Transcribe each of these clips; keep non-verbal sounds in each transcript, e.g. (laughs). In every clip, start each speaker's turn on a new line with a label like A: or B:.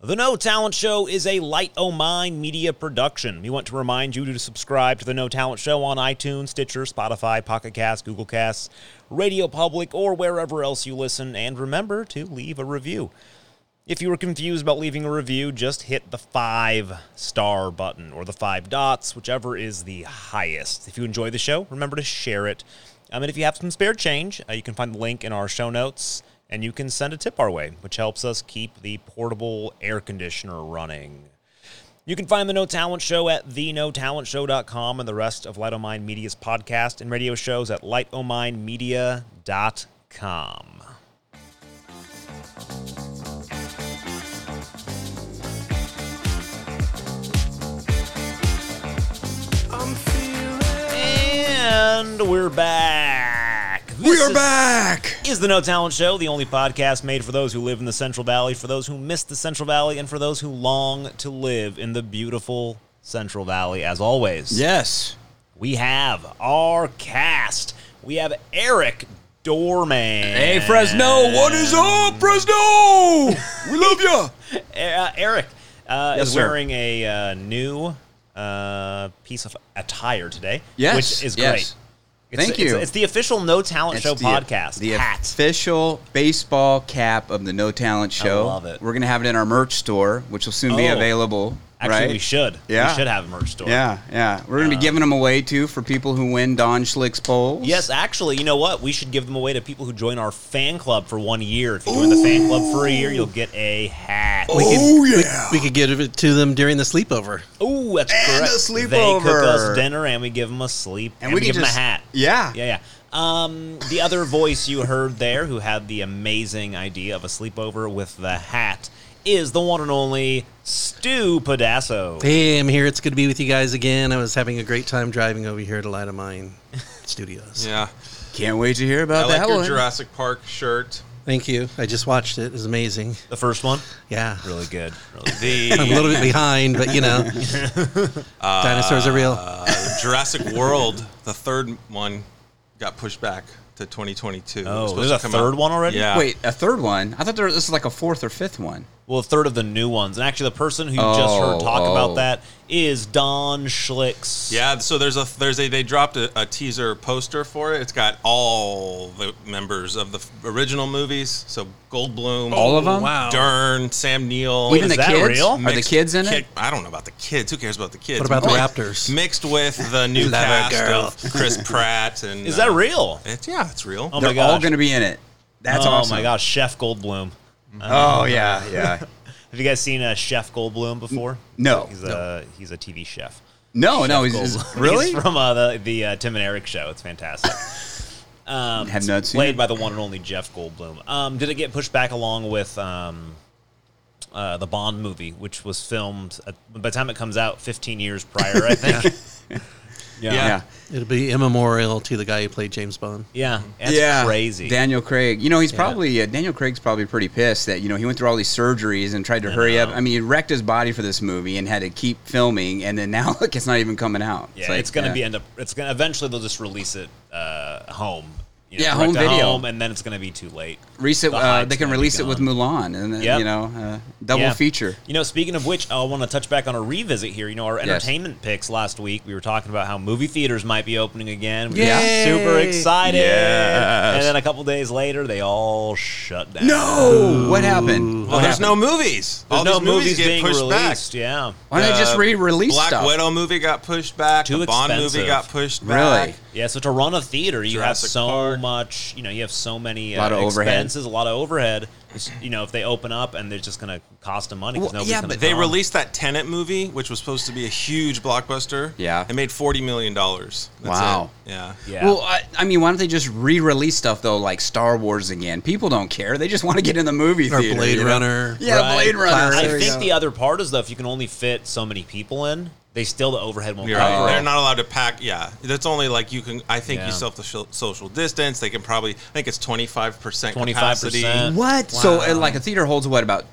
A: The No Talent Show is a Light O' Mine media production. We want to remind you to subscribe to The No Talent Show on iTunes, Stitcher, Spotify, Pocket Cast, Google Casts, Radio Public, or wherever else you listen, and remember to leave a review. If you were confused about leaving a review, just hit the five star button or the five dots, whichever is the highest. If you enjoy the show, remember to share it. Um, and if you have some spare change, uh, you can find the link in our show notes and you can send a tip our way, which helps us keep the portable air conditioner running. You can find The No Talent Show at thenotalentshow.com and the rest of Light O' Mine Media's podcast and radio shows at lightomindmedia.com. And we're back.
B: We
A: This
B: are
A: is-
B: back.
A: is the No Talent Show, the only podcast made for those who live in the Central Valley, for those who miss the Central Valley, and for those who long to live in the beautiful Central Valley. As always,
B: Yes.
A: we have our cast. We have Eric Dorman.
B: Hey, Fresno, what is up, Fresno? We love ya.
A: Uh, Eric uh,
B: Yes,
A: is
B: sir.
A: wearing a uh, new uh, piece of attire today,
B: Yes,
A: which is
B: yes.
A: great. It's-
B: Thank
A: it's-
B: you.
A: It's, the official No Talent
B: (laughs) It's
A: Show
B: the-
A: podcast
B: The
A: hat.
B: official baseball cap of the No Talent Show.
A: love it.
B: We're gonna have it in our merch store, which will soon be
A: Oh.
B: available.
A: Actually,
B: right?
A: we should. Uh.
B: Yeah.
A: We should have a merch store.
B: Yeah, yeah. We're gonna be giving them away too for people who win Don Schlick's polls.
A: Yes, actually, you know what? We should give them away to people who join our fan club for one year. If you join the fan club for a year, you'll get a hat.
B: Oh yeah.
C: We could give it to them during the sleepover.
A: Ooh, that's
B: And
A: correct.
B: a
A: They cook us
B: sleepover.
A: dinner and we give them a sleep and,
B: And
A: we,
B: we can
A: give them a
B: just-
A: hat.
B: Yeah.
A: Ah. yeah, yeah. Um, the other voice you heard there, who had the amazing idea of a sleepover with the hat, is the one and only Stu Pedasso.
C: Hey, I'm here. It's good to be with you guys again. I was having a great time driving over here to Light
A: (laughs)
C: of Mine Studios.
D: Yeah.
B: Can't wait to hear
D: I
B: about
D: like
B: that
D: your
B: one.
D: Jurassic Park shirt.
C: Thank you. I just watched it. It was amazing.
A: The first one,
C: Yeah.
A: really good. Really good.
B: (laughs)
C: I'm a
D: The
C: little bit behind, but you
A: (laughs)
C: know,
A: Uh,
C: dinosaurs are real.
D: uh, Jurassic World, the third one, got pushed back to 2022. It was
A: Oh,
D: supposed
A: there's
D: to
A: a
D: come
A: third one already?
D: Yeah.
B: Wait, a third one? I thought there was, this was like a fourth or fifth one.
A: Well, a third of the new ones. And actually, the person who you just heard
B: Oh,
A: talk about
B: oh.
A: that is Don Schlicks.
D: Yeah, so there's a there's a they dropped a, a teaser poster for it. It's got all the members of the f- original movies. So Goldblum,
B: All of 'em?
C: Wow.
D: Dern, Sam Neill,
B: Even
A: Oh, is
B: the
A: that
B: kids?
A: real?
B: Are the
D: mixed
B: kids in
D: kid-
B: it?
D: I don't know about the kids. Who cares about the kids?
C: What about the
D: Mixed-
C: Raptors?
D: Mixed with the new
C: Lover
D: cast
C: girl.
D: of Chris Pratt and
A: Is that
D: uh,
A: real?
D: It's yeah, it's real.
A: Oh my
B: They're all
A: gosh.
B: gonna be in it. That's
A: oh
B: awesome.
A: my gosh, Chef Goldblum. (laughs)
B: Oh yeah, yeah.
A: Have you guys seen uh, Chef Goldblum before?
B: No.
A: He's a he's a TV chef.
B: No, no, he's, he's-
A: Goldblum.
B: (laughs) really.
A: He's from uh, the the uh, Tim and Eric show. It's
B: (laughs)
A: fantastic. Um,
B: Have
A: it's
B: not seen
A: played
B: it.
A: by the one and only Jeff Goldblum. Um, did it get pushed back along with um, uh, the Bond movie, which was filmed at, by the time it comes out, fifteen years prior, I
B: (laughs)
A: think.
B: yeah.
C: It'll be immemorial to the guy who played James Bond.
A: yeah, that's
B: yeah,
A: crazy.
B: Daniel Craig. You know, he's probably uh, Daniel Craig's probably pretty pissed that you know he went through all these surgeries and tried to hurry up.
A: know.
B: I mean, he wrecked his body for this movie and had to keep filming, and then now (laughs) look, it's not even coming out.
A: Yeah, it's,
B: like,
A: gonna
B: yeah.
A: be end up. It's gonna eventually they'll just release it uh, home. you
B: Yeah,
A: direct
B: home
A: to
B: video.
A: and then it's gonna be too late.
B: Recent,
A: The
B: uh,
A: hype's
B: they can
A: gonna be
B: release it with
A: gone.
B: Mulan, and then,
A: Yep.
B: you know, uh, double
A: Yeah.
B: feature.
A: You know, speaking of which, I want to touch back on a revisit here. You know, our entertainment picks last week. We were talking about how movie theaters might be opening again. We got
C: Yay!
A: super excited,
D: Yes.
A: and then a couple days later, they all shut down.
B: what happened?
D: Well, there's no movies.
A: There's
D: All
A: no
D: these movies,
A: movies
D: get
A: being
D: pushed
A: released.
D: back.
A: Yeah,
B: Why don't they just
D: Uh,
B: re-release
D: Black
B: stuff?
D: Widow movie got pushed back.
A: Too
D: the Bond
A: expensive.
D: movie got pushed back.
B: Really?
A: yeah. So to run a theater, you have
D: Jurassic
A: so
D: Park.
A: much. You know, you have so many uh,
B: Lot of overhead.
A: expenses, a lot of overhead. It's, You know, if they open up and they're just going to cost them money. 'cause
B: Well,
A: nobody's
B: yeah,
A: gonna
B: but
D: They
A: come.
D: released that Tenant movie, which was supposed to be a huge blockbuster.
B: Yeah.
D: It made $40 million. That's
B: Wow.
D: It. Yeah.
A: Yeah.
B: Well, I, I mean, why don't they just re-release stuff though, like Star Wars again? People don't care; they just want to get in the movie
C: Or
B: theater.
C: Blade
B: you know?
C: Runner.
B: Yeah,
A: Right.
B: Blade Runner.
A: I
B: There we
A: think
B: go.
A: the other part is though, if you can only fit so many people in, they still the overhead won't
D: You're
A: cover.
D: right.
A: it.
D: They're not allowed to pack. Yeah. That's only like you can, I think
A: Yeah.
D: you still have to sho- social distance. They can probably, I think it's 25%
A: 25%.
D: capacity.
B: What? So uh, like a theater holds what about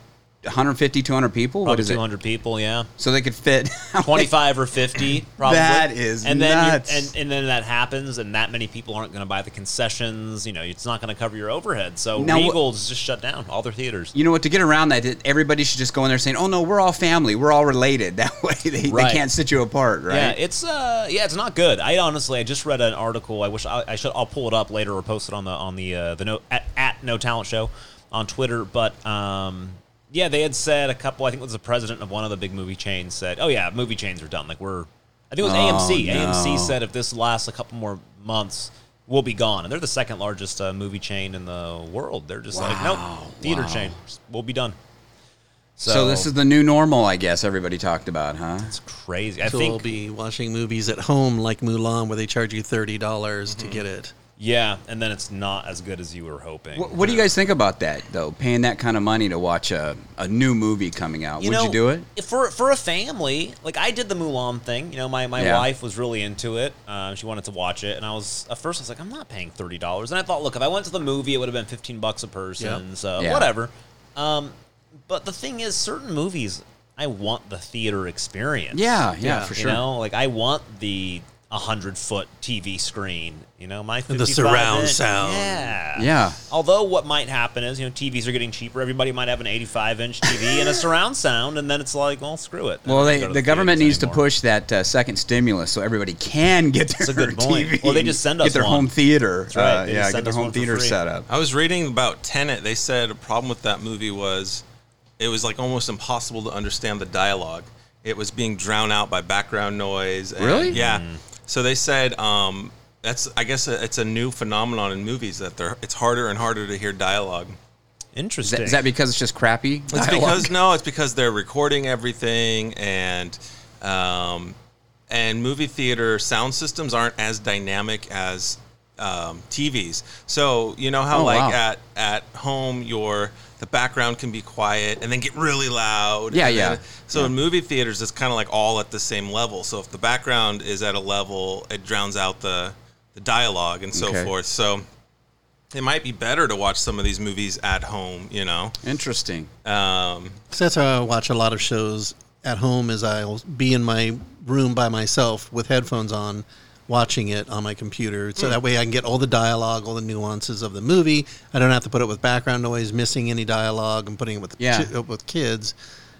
B: 150, 200 people? what
A: Probably
B: is it?
A: 200 people, yeah.
B: So they could fit (laughs)
A: 25 or 50, probably.
B: That is
A: and then you-
B: nuts.
A: And, and then that happens, and that many people aren't going to buy the concessions. You know, it's not going to cover your overhead. So
B: Now, wh-
A: Regal's just shut down all their theaters.
B: You know what? To get around that, that everybody should just go in there saying, "Oh no, we're all family. We're all related." (laughs) That way, they,
A: Right.
B: they can't sit you apart, right?
A: Yeah, it's uh, yeah, it's not good. I honestly, I just read an article. I wish I, I should. I'll pull it up later or post it on the on the uh, the no at, at no talent show on Twitter. But um, yeah, they had said a couple. I think it was the president of one of the big movie chains said, "Oh yeah, movie chains are done. Like we're." I think it was AMC.
B: Oh, no.
A: AMC said if this lasts a couple more months, we'll be gone. And they're the second largest uh, movie chain in the world. They're just like, nope, theater
B: wow.
A: chain, we'll be done.
B: so, this is the new normal, I guess. Everybody talked about, huh?
A: it's crazy. I
C: So
A: think
C: we'll be watching movies at home like Mulan, where they charge you thirty dollars
A: Mm-hmm.
C: to get it.
A: Yeah, and then it's not as good as you were hoping.
B: What, what do you guys think about that, though? Paying that kind of money to watch a, a new movie coming out? Would
A: know,
B: you do it?
A: if for for a family? Like I did the Mulan thing. You know, my, my
B: Yeah.
A: wife was really into it. Um, she wanted to watch it, and I was at first I was like, I'm not paying thirty dollars. And I thought, look, if I went to the movie, it would have been fifteen bucks a person.
C: Yeah.
A: So
B: Yeah.
A: whatever. Um, but the thing is, certain movies, I want the theater experience.
B: Yeah, yeah,
C: Yeah,
B: for
A: you
B: sure.
A: know, like I want the. 100 foot TV screen, you know, my
C: the
A: 55
C: surround
A: inch-
C: sound.
A: Yeah.
B: Yeah.
A: Although what might happen is, you know, TVs are getting cheaper. Everybody might have an 85 inch TV and a surround sound, and then it's like, well, screw it. I
B: Well,
A: don't
B: they,
A: go
B: the,
A: to
B: government
A: theaters
B: needs to
A: anymore.
B: push that uh, second stimulus so everybody can get their
A: a
B: (laughs)
A: good point.
B: TV.
A: Or they just send us
B: get their
A: one.
B: home theater.
A: right.
B: Uh,
A: They just
B: yeah,
A: send
B: get their
A: us one
B: home
A: for
B: theater
A: free.
B: set up.
D: I was reading about Tenet. They said a problem with that movie was it was like almost impossible to understand the dialogue. It was being drowned out by background noise. and-
B: Really?
D: Yeah. So they said um, that's I guess it's a new phenomenon in movies that they're it's harder and harder to hear dialogue.
B: Is
A: Interesting.
B: that, is that because it's just crappy?
D: It's
B: dialogue?
D: because no, it's because they're recording everything and um, and movie theater sound systems aren't as dynamic as um, TVs. So you know how
B: Oh,
D: like
B: wow.
D: at at home your the background can be quiet and then get really loud.
B: Yeah,
D: and then-
B: yeah.
D: so in movie theaters, it's kind of like all at the same level. So if the background is at a level, it drowns out the the dialogue and so
B: Okay.
D: forth. So it might be better to watch some of these movies at home. You know.
B: (laughs) Interesting.
A: Uh,
D: Um,
C: 'Cause that's how I watch a lot of shows at home. Is I'll be in my room by myself with headphones on, watching it on my computer, so that way I can get all the dialogue, all the nuances of the movie. I don't have to put it with background noise, missing any dialogue, and putting it with
B: Yeah.
C: chi- with kids.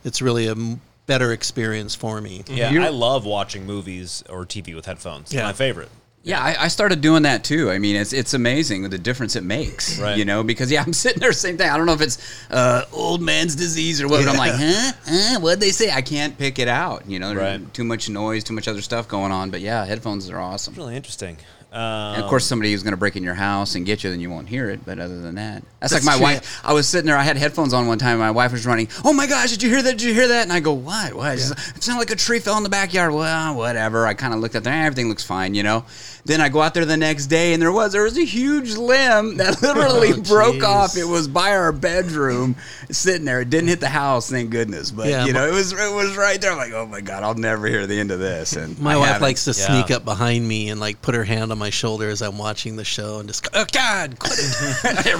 C: It's really a m- better experience for me.
A: Mm-hmm. yeah,
B: You're-
A: I love watching movies or TV with headphones. It's
C: Yeah.
A: my favorite.
B: Yeah, I, I started doing that too. I mean, it's it's amazing the difference it makes.
A: Right.
B: You know, because yeah, (laughs) I'm sitting there same thing. I don't know if it's uh, old man's disease or what, but I'm like, huh? huh? What'd they say? I can't pick it out. You know, there's
A: Right.
B: too much noise, too much other stuff going on. But yeah, headphones are awesome.
A: Really interesting. Um,
B: And of course, somebody who's going to break in your house and get you, then you won't hear it. But other than that, that's,
C: That's
B: like my
C: true.
B: wife. I was sitting there. I had headphones on one time. And my wife was running. Oh my gosh! Did you hear that? Did you hear that? And I go, what? What? She's like, It sounded like a tree fell in the backyard. Well, whatever. I kind of looked at there. Everything looks fine, you know. Then I go out there the next day, and there was there was a huge limb that (laughs) literally
C: Oh,
B: broke
C: jeez.
B: off. It was by our bedroom, sitting there. It didn't hit the house, thank goodness. But
C: Yeah,
B: you
C: my-
B: know, it was it was right there. I'm like, oh my god, I'll never hear the end of this. And
C: My
B: I
C: wife
B: haven't.
C: likes to
A: Yeah.
C: sneak up behind me and like put her hand on my shoulder as I'm watching the show and just go, oh God, quit it.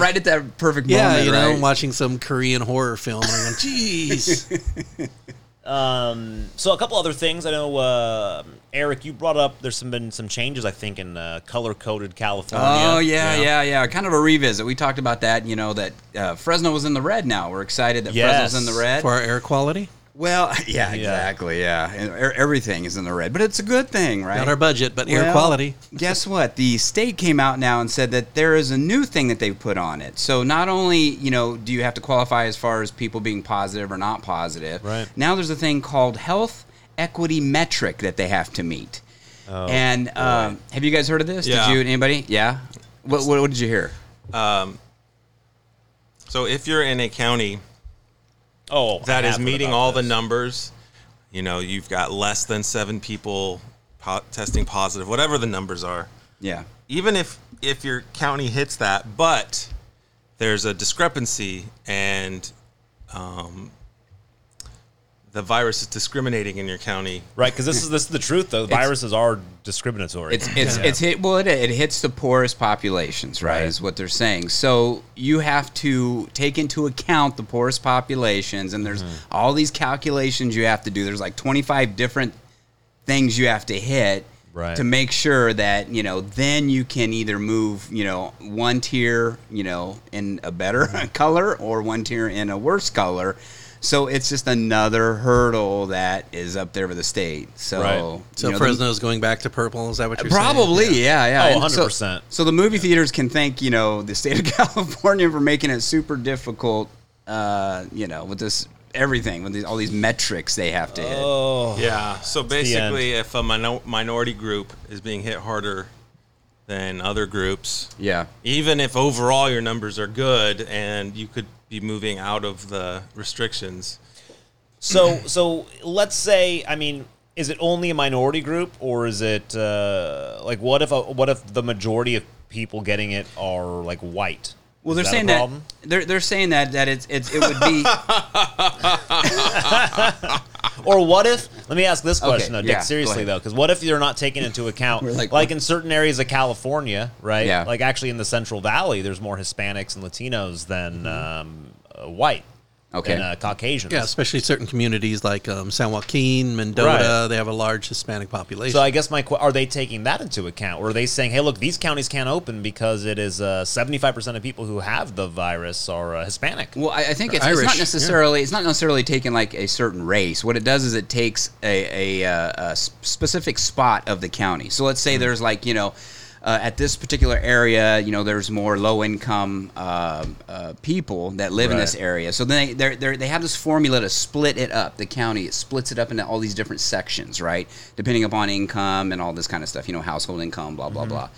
B: (laughs) right at that perfect
C: Yeah,
B: moment.
C: you know,
B: right?
C: watching some Korean horror film and I'm going, jeez.
A: so a couple other things. I know uh, Eric, you brought up there's some been some changes I think in uh, color coded California.
B: Oh yeah,
A: You know?
B: yeah, yeah. Kind of a revisit. We talked about that. You know that uh, Fresno was in the red. Now we're excited that
A: Yes.
B: Fresno's in the red.
C: For our air quality,
B: well, (laughs) yeah, exactly. Yeah, And e- everything is in the red, but it's a good thing, right?
C: not our budget, but air
B: Well,
C: quality.
B: Guess what? The state came out now and said that there is a new thing that they've put on it. So not only you know do you have to qualify as far as people being positive or not positive.
A: Right.
B: Now there's a thing called health equity metric that they have to meet. and um, have you guys heard of this?
D: Yeah.
B: Did you anybody? Yeah. What, what, what did you hear?
D: So if you're in a county
A: Oh, I
D: that is
A: have heard
D: meeting
A: about
D: all the
A: this.
D: numbers, you know, you've got less than seven people po- testing positive, whatever the numbers are.
B: Yeah.
D: Even if if your county hits that, but there's a discrepancy and um, the virus is discriminating in your county.
A: Right, because this is this is the truth though. Viruses are discriminatory.
B: It's it's it's hit well it, it hits the poorest populations, right,
A: Right.
B: Is what they're saying. So you have to take into account the poorest populations and there's all these calculations you have to do. There's like 25 different things you have to hit
A: Right.
B: to make sure that, you know, then you can either move, you know, one tier, you know, in a better (laughs) color or one tier in a worse color. So it's just another hurdle that is up there for the state. So,
A: Right.
C: So
B: you know, the-
C: Fresno's going back to purple. Is that what you're
B: Probably,
C: saying?
B: yeah, yeah.
A: Oh,
B: And so-
A: 100%.
B: So, the movie theaters can thank you know the state of (laughs) California for making it super difficult. Uh, you know, with this everything, with these, all these metrics they have to hit.
A: oh,
D: Yeah. So basically, if a minor- minority group is being hit harder than other groups,
B: yeah,
D: even if overall your numbers are good and you could be moving out of the restrictions,
A: So so let's say I mean, is it only a minority group or is it uh, like what if a, what if the majority of people getting it are like white?
B: Well,
A: Is that
B: they're
A: a
B: saying that
A: problem?
B: they're they're saying that that it's it's it would
A: (laughs)
B: be
A: Or what if? Let me ask this question though, Dick.
B: yeah, go
A: seriously
B: ahead.
A: though, because what if you're not taking into account,
B: We're
A: like,
B: like-
A: in certain areas of California, right?
B: Yeah.
A: Like actually in the Central Valley, there's more Hispanics and Latinos than um, uh, white,
B: Mm-hmm. Okay.
A: than uh, Caucasians.
C: Yeah, especially certain communities like um, San Joaquin, Mendota. They have a large Hispanic population.
A: So I guess my que- are they taking that into account, or are they saying, hey, look, these counties can't open because it is seventy five percent of people who have the virus are uh, Hispanic.
B: Well, I, I think it's, it's
C: Irish,
B: not
C: yeah.
B: necessarily it's not necessarily taking like a certain race. What it does is it takes a a, uh, a s- specific spot of the county. So let's say
C: Hmm.
B: there's like you know. Uh, at this particular area, you know, there's more low-income uh, uh, people that live in this
A: Right.
B: area. So then they they're, they're, they have this formula to split it up. The county it splits it up into all these different sections, right? Depending upon income and all this kind of stuff. You know, household income, blah blah
C: Mm-hmm.
B: blah.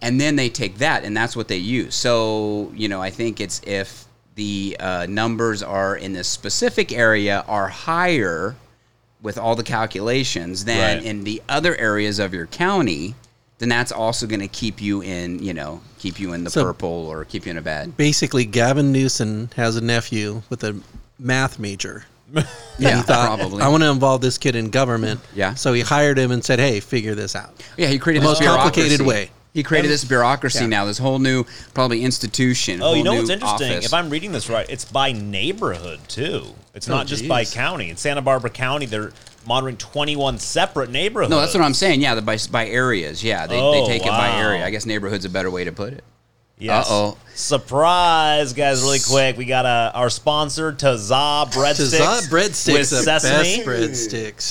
B: And then they take that, and that's what they use. So you know, I think it's if the uh, numbers are in this specific area are higher with all the calculations than
A: Right.
B: in the other areas of your county. Then that's also going to keep you in, you know, keep you in the
C: So-
B: purple or keep you in a bad.
C: basically, Gavin Newsom has a nephew with a math major.
B: Yeah,
C: Thought,
B: probably.
C: I want to involve this kid in government.
B: Yeah.
C: So he hired him and said, "Hey, figure this out."
B: Yeah, he created
C: The
B: this
C: most complicated
B: bureaucracy.
C: way.
B: He created this bureaucracy now, this whole new probably institution.
A: Oh, you
B: whole
A: know
B: new
A: what's interesting?
B: office.
A: If I'm reading this right, it's by neighborhood too. It's
B: Oh,
A: not just
C: geez.
A: by county. In Santa Barbara County, they're monitoring 21 separate neighborhoods.
B: no, that's what I'm saying. Yeah, the by, by areas. Yeah, they, they
A: Oh,
B: take it by
A: wow.
B: area. I guess neighborhood's a better way to put it.
A: Yes.
B: Uh-oh.
A: Surprise, guys! Really quick, we got uh, our sponsor Tazah breadsticks.
C: Tazza breadsticks,
A: with
C: the
A: sesame.
C: best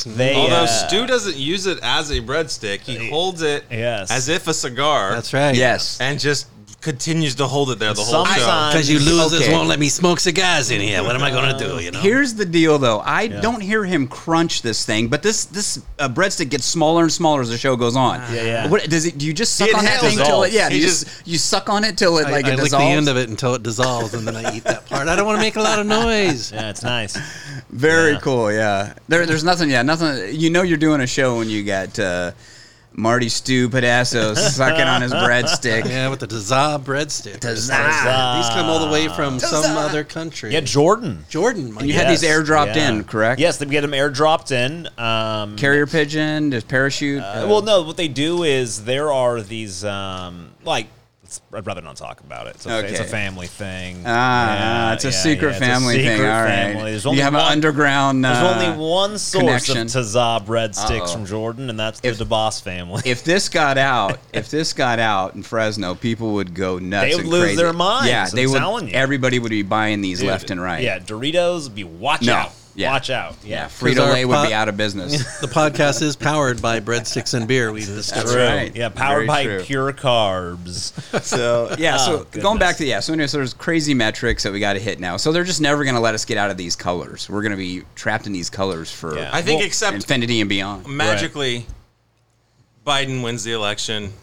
C: breadsticks.
A: They,
D: although
A: uh,
D: Stu doesn't use it as a breadstick, he holds it
A: Yes.
D: as if a cigar.
C: That's right.
B: Yes.
D: And just continues to hold it there the whole
A: Sometimes-
D: show.
C: Because you losers
B: Okay.
C: won't let me smoke cigars in here. What am I going to do? You know.
B: Here's the deal, though. I don't hear him crunch this thing, but this this uh, breadstick gets smaller and smaller as the show goes on.
A: Yeah, yeah.
B: What does it? Do you just suck
D: It
B: on that thing
D: dissolves.
B: till it? Yeah,
D: He
B: you just, you suck on it till it like
C: I,
B: it
C: I lick
B: dissolves.
C: the end of it until it dissolves, and then I eat that part. I don't want to make a lot of noise.
A: Yeah, it's nice.
B: Very
A: Yeah.
B: cool, yeah. There, there's nothing, yeah, nothing. You know, you're doing a show when you got uh, Marty
A: (laughs)
B: Stew Pedasso sucking on his breadstick.
C: (laughs) Yeah, with the Tazza breadstick.
A: Tazza.
C: These come all the way from some other country.
A: Yeah, Jordan.
C: Jordan. My
B: You had these airdropped in, correct?
A: Yes, they get them airdropped in. Um,
B: Carrier pigeon, there's parachute.
A: Uh, well, no, what they do is there are these um, like. it's- I'd rather not talk about it. It's a, it's a
B: Okay.
A: family thing.
B: Ah,
A: Yeah,
B: it's a
A: yeah,
B: secret
A: yeah, it's a
B: family thing.
A: secret
B: All right.
A: family. There's only
B: You have
A: one,
B: an underground.
A: There's
B: uh,
A: only one source
B: connection.
A: of Tazza breadsticks
B: Uh-oh.
A: from Jordan, and that's
B: If-
A: the DeBoss
B: (laughs)
A: family.
B: if this got out, if this got out in Fresno, people would go nuts.
A: They would
B: and
A: lose
B: crazy.
A: their minds,
B: Yeah,
A: I'm
B: they would.
A: telling you.
B: Everybody would be buying these
A: Dude,
B: left and right.
A: Yeah, Doritos be watch
B: No.
A: out.
B: Yeah.
A: Watch out.
B: yeah.
A: Yeah.
B: Frito Lay
C: our
B: would
C: pot-
B: be out
A: (laughs)
B: of business.
C: The podcast is powered by breadsticks and beer. We just
B: That's
A: True.
B: right.
A: Yeah, powered
B: Very
A: by
B: true.
A: pure carbs.
B: (laughs) So yeah,
A: Oh,
B: so
A: goodness.
B: going back to yeah, so anyways, there's crazy metrics that we got to hit now. So they're just never going to let us get out of these colors. We're going to be trapped in these colors for
A: Yeah.
D: I think,
A: Well,
D: except
B: infinity and beyond.
D: magically, Biden wins the election.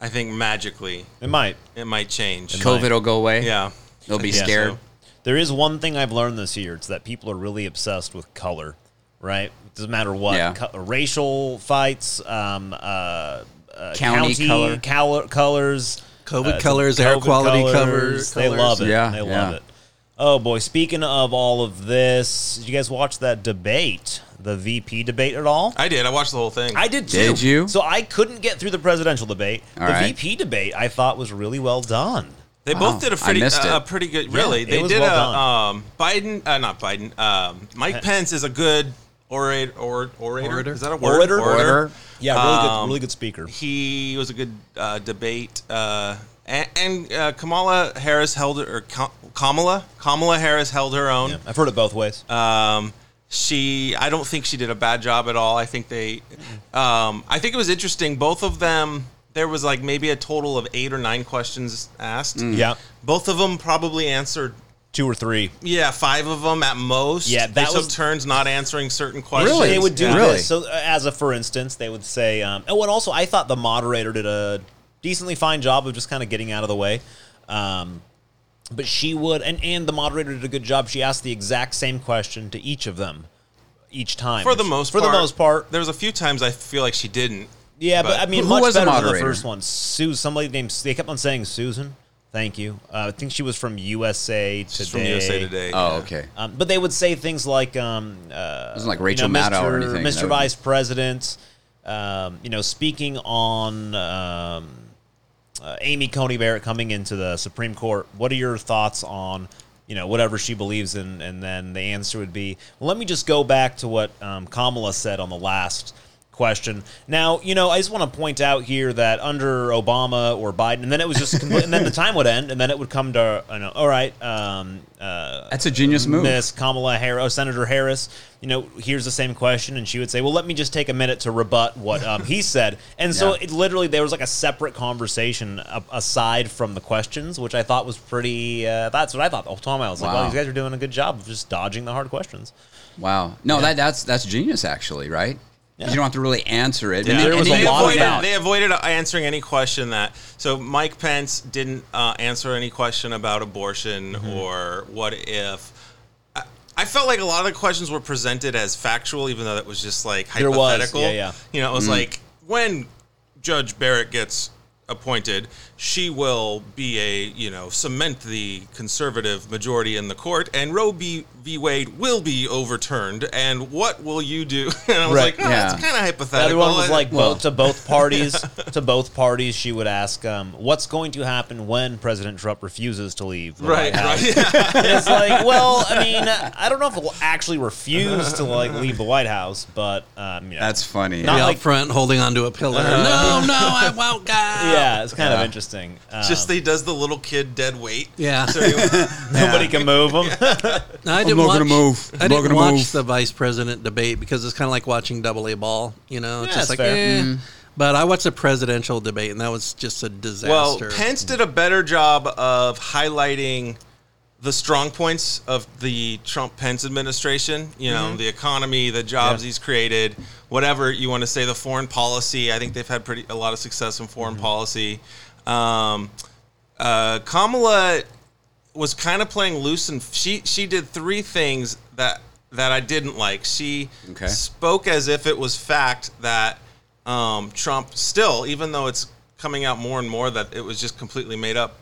D: I think magically
A: it might.
D: it might change.
A: might.
B: COVID will go away.
D: Yeah.
B: they'll be
A: Yeah.
B: scared.
A: So, there is one thing I've learned this year. It's that people are really obsessed with color, right? It doesn't matter what.
B: Yeah.
A: Co- racial fights, um, uh, uh,
B: County color.
A: colo- colors. uh,
C: COVID colors, air quality covers,
A: They
C: colors.
A: love it.
B: Yeah,
A: They
B: yeah.
A: love it. Oh boy! Speaking of all of this, did you guys watch that debate, the VP debate at all?
D: I did. I watched the whole thing.
A: I did too.
B: Did you?
A: So I couldn't get through the presidential debate.
B: All
A: the
B: right.
A: VP debate I thought was really well done.
D: They
B: Wow,
D: both did a
B: I
D: pretty, uh,
B: missed
D: a, a
B: it.
D: pretty good.
A: Yeah,
D: Really,
A: it
D: they
A: was
D: did
A: well
D: a
A: done.
D: um, Biden, uh, not Biden. Um, Mike Pence is a good orator. Or, orator.
C: Orator?
D: Is that a word?
A: Orator?
B: Orator.
A: Yeah, really
D: Um,
A: good, really good speaker.
D: He was a good uh, debate. Uh, and and uh, Kamala Harris held her, or Ka- Kamala Kamala Harris held her own.
A: Yeah, I've heard it both ways.
D: Um, she, I don't think she did a bad job at all. I think they, um, I think it was interesting. Both of them, there was like maybe a total of eight or nine questions asked.
A: Mm. yeah,
D: Both of them probably answered,
A: two or three.
D: yeah, five of them at most.
A: Yeah,
D: they
A: that
D: took
A: was-
D: turns not answering certain questions.
A: They would do
D: Yeah.
B: Really?
A: this. So, uh, as a for instance, they would say, um, "Oh, and also, I thought the moderator did a decently fine job of just kind of getting out of the way." Um, but she would, and and the moderator did a good job. She asked the exact same question to each of them, each time.
D: for the
A: which-
D: most
A: for
D: part,
A: the most part.
D: There was a few times I feel like she didn't.
A: Yeah, but, I mean,
B: Who- who
A: much
B: was the
A: better than the
B: moderator?
A: first one. Sue, somebody named. They kept on saying Susan. Thank you. Uh, I think she was from USA Today.
D: she's from USA Today.
B: Oh,
D: yeah.
B: okay.
A: Um, but they would say things like, um, uh,
B: Wasn't like
A: you
B: Rachel
A: know,
B: Maddow
A: Mr.
B: or anything, that
A: Mr.
B: would-
A: Vice President, um, you know, speaking on um, uh, Amy Coney Barrett coming into the Supreme Court. What are your thoughts on, you know, whatever she believes in? And then the answer would be, well, let me just go back to what um, Kamala said on the last question. Now, you know, I just want to point out here that under Obama or Biden, and then it was just, compl- and then
B: (laughs)
A: the time would end, and then it would come to, you know, all right, um, uh,
B: That's a genius move.
A: Miss Kamala Harris, oh, Senator Harris, you know, here's the same question, and she would say, "Well, let me just take a minute to rebut what um,
B: (laughs)
A: he said." And so,
B: Yeah.
A: it literally, there was like a separate conversation a- aside from the questions, which I thought was pretty. Uh, that's what I thought the whole time. I was like,
B: Wow.
A: "Well, these guys are doing a good job of just dodging the hard questions."
B: Wow. No, that that's that's genius actually, right? 'Cause You don't have to really answer it.
A: Yeah.
B: And
A: There
B: then-
A: was
B: and
A: a
B: then you
A: lot of
B: point
D: avoided,
B: out-
D: They avoided uh, answering any question that. So Mike Pence didn't uh, answer any question about abortion
A: Mm-hmm.
D: or what if. I- I felt like a lot of the questions were presented as factual, even though that was just like
A: There was,
D: hypothetical.
A: yeah, Mm-hmm. yeah.
D: You know, it was like when Judge Barrett gets appointed, she will be a you know cement the conservative majority in the court, and Roe B. v. Wade will be overturned. And what will you do? (laughs) And I was
A: Right,
D: like, no,
B: yeah.
D: that's kind of hypothetical.
A: Everyone was
D: And-
A: like,
B: well-
D: (laughs)
A: both to both parties, to both parties, she would ask, um, "What's going to happen when President Trump refuses to leave?" the
D: Right,
A: White House?"
D: right. Yeah.
A: And it's like, well, I mean, I don't know if he'll actually refuse to like leave the White House, but um, you know,
B: That's funny.
A: Not
C: Be
A: like- Uh,
C: out front holding onto a pillar. no,
A: (laughs)
C: no, I won't, guys.
A: yeah, it's kind
B: Yeah.
A: of interesting. (laughs) Um,
D: Just he does the little kid dead weight.
C: Yeah.
A: (laughs)
D: So he-
A: nobody can move
D: (laughs)
A: him.
C: No, I didn't
B: not
C: watch,
B: gonna move.
C: I
B: I'm not
C: didn't
B: gonna
C: watch
B: move.
C: the vice president debate because it's kind of like watching double A ball. You know, it's
A: Yeah,
C: just
A: that's
C: like.
A: fair.
C: eh.
B: Mm.
C: But I watched the presidential debate, and that was just a
D: well,
C: disaster.
D: Pence did a better job of highlighting the strong points of the Trump Pence administration. You know,
A: Mm-hmm.
D: the economy, the jobs he's created, whatever you want to say, the foreign policy. I think they've had pretty a lot of success in
A: Mm-hmm.
D: foreign policy. Um, uh, Kamala was kind of playing loose, and she she did three things that that I didn't like. She
B: Okay.
D: spoke as if it was fact that um, Trump still, even though it's coming out more and more that it was just completely made up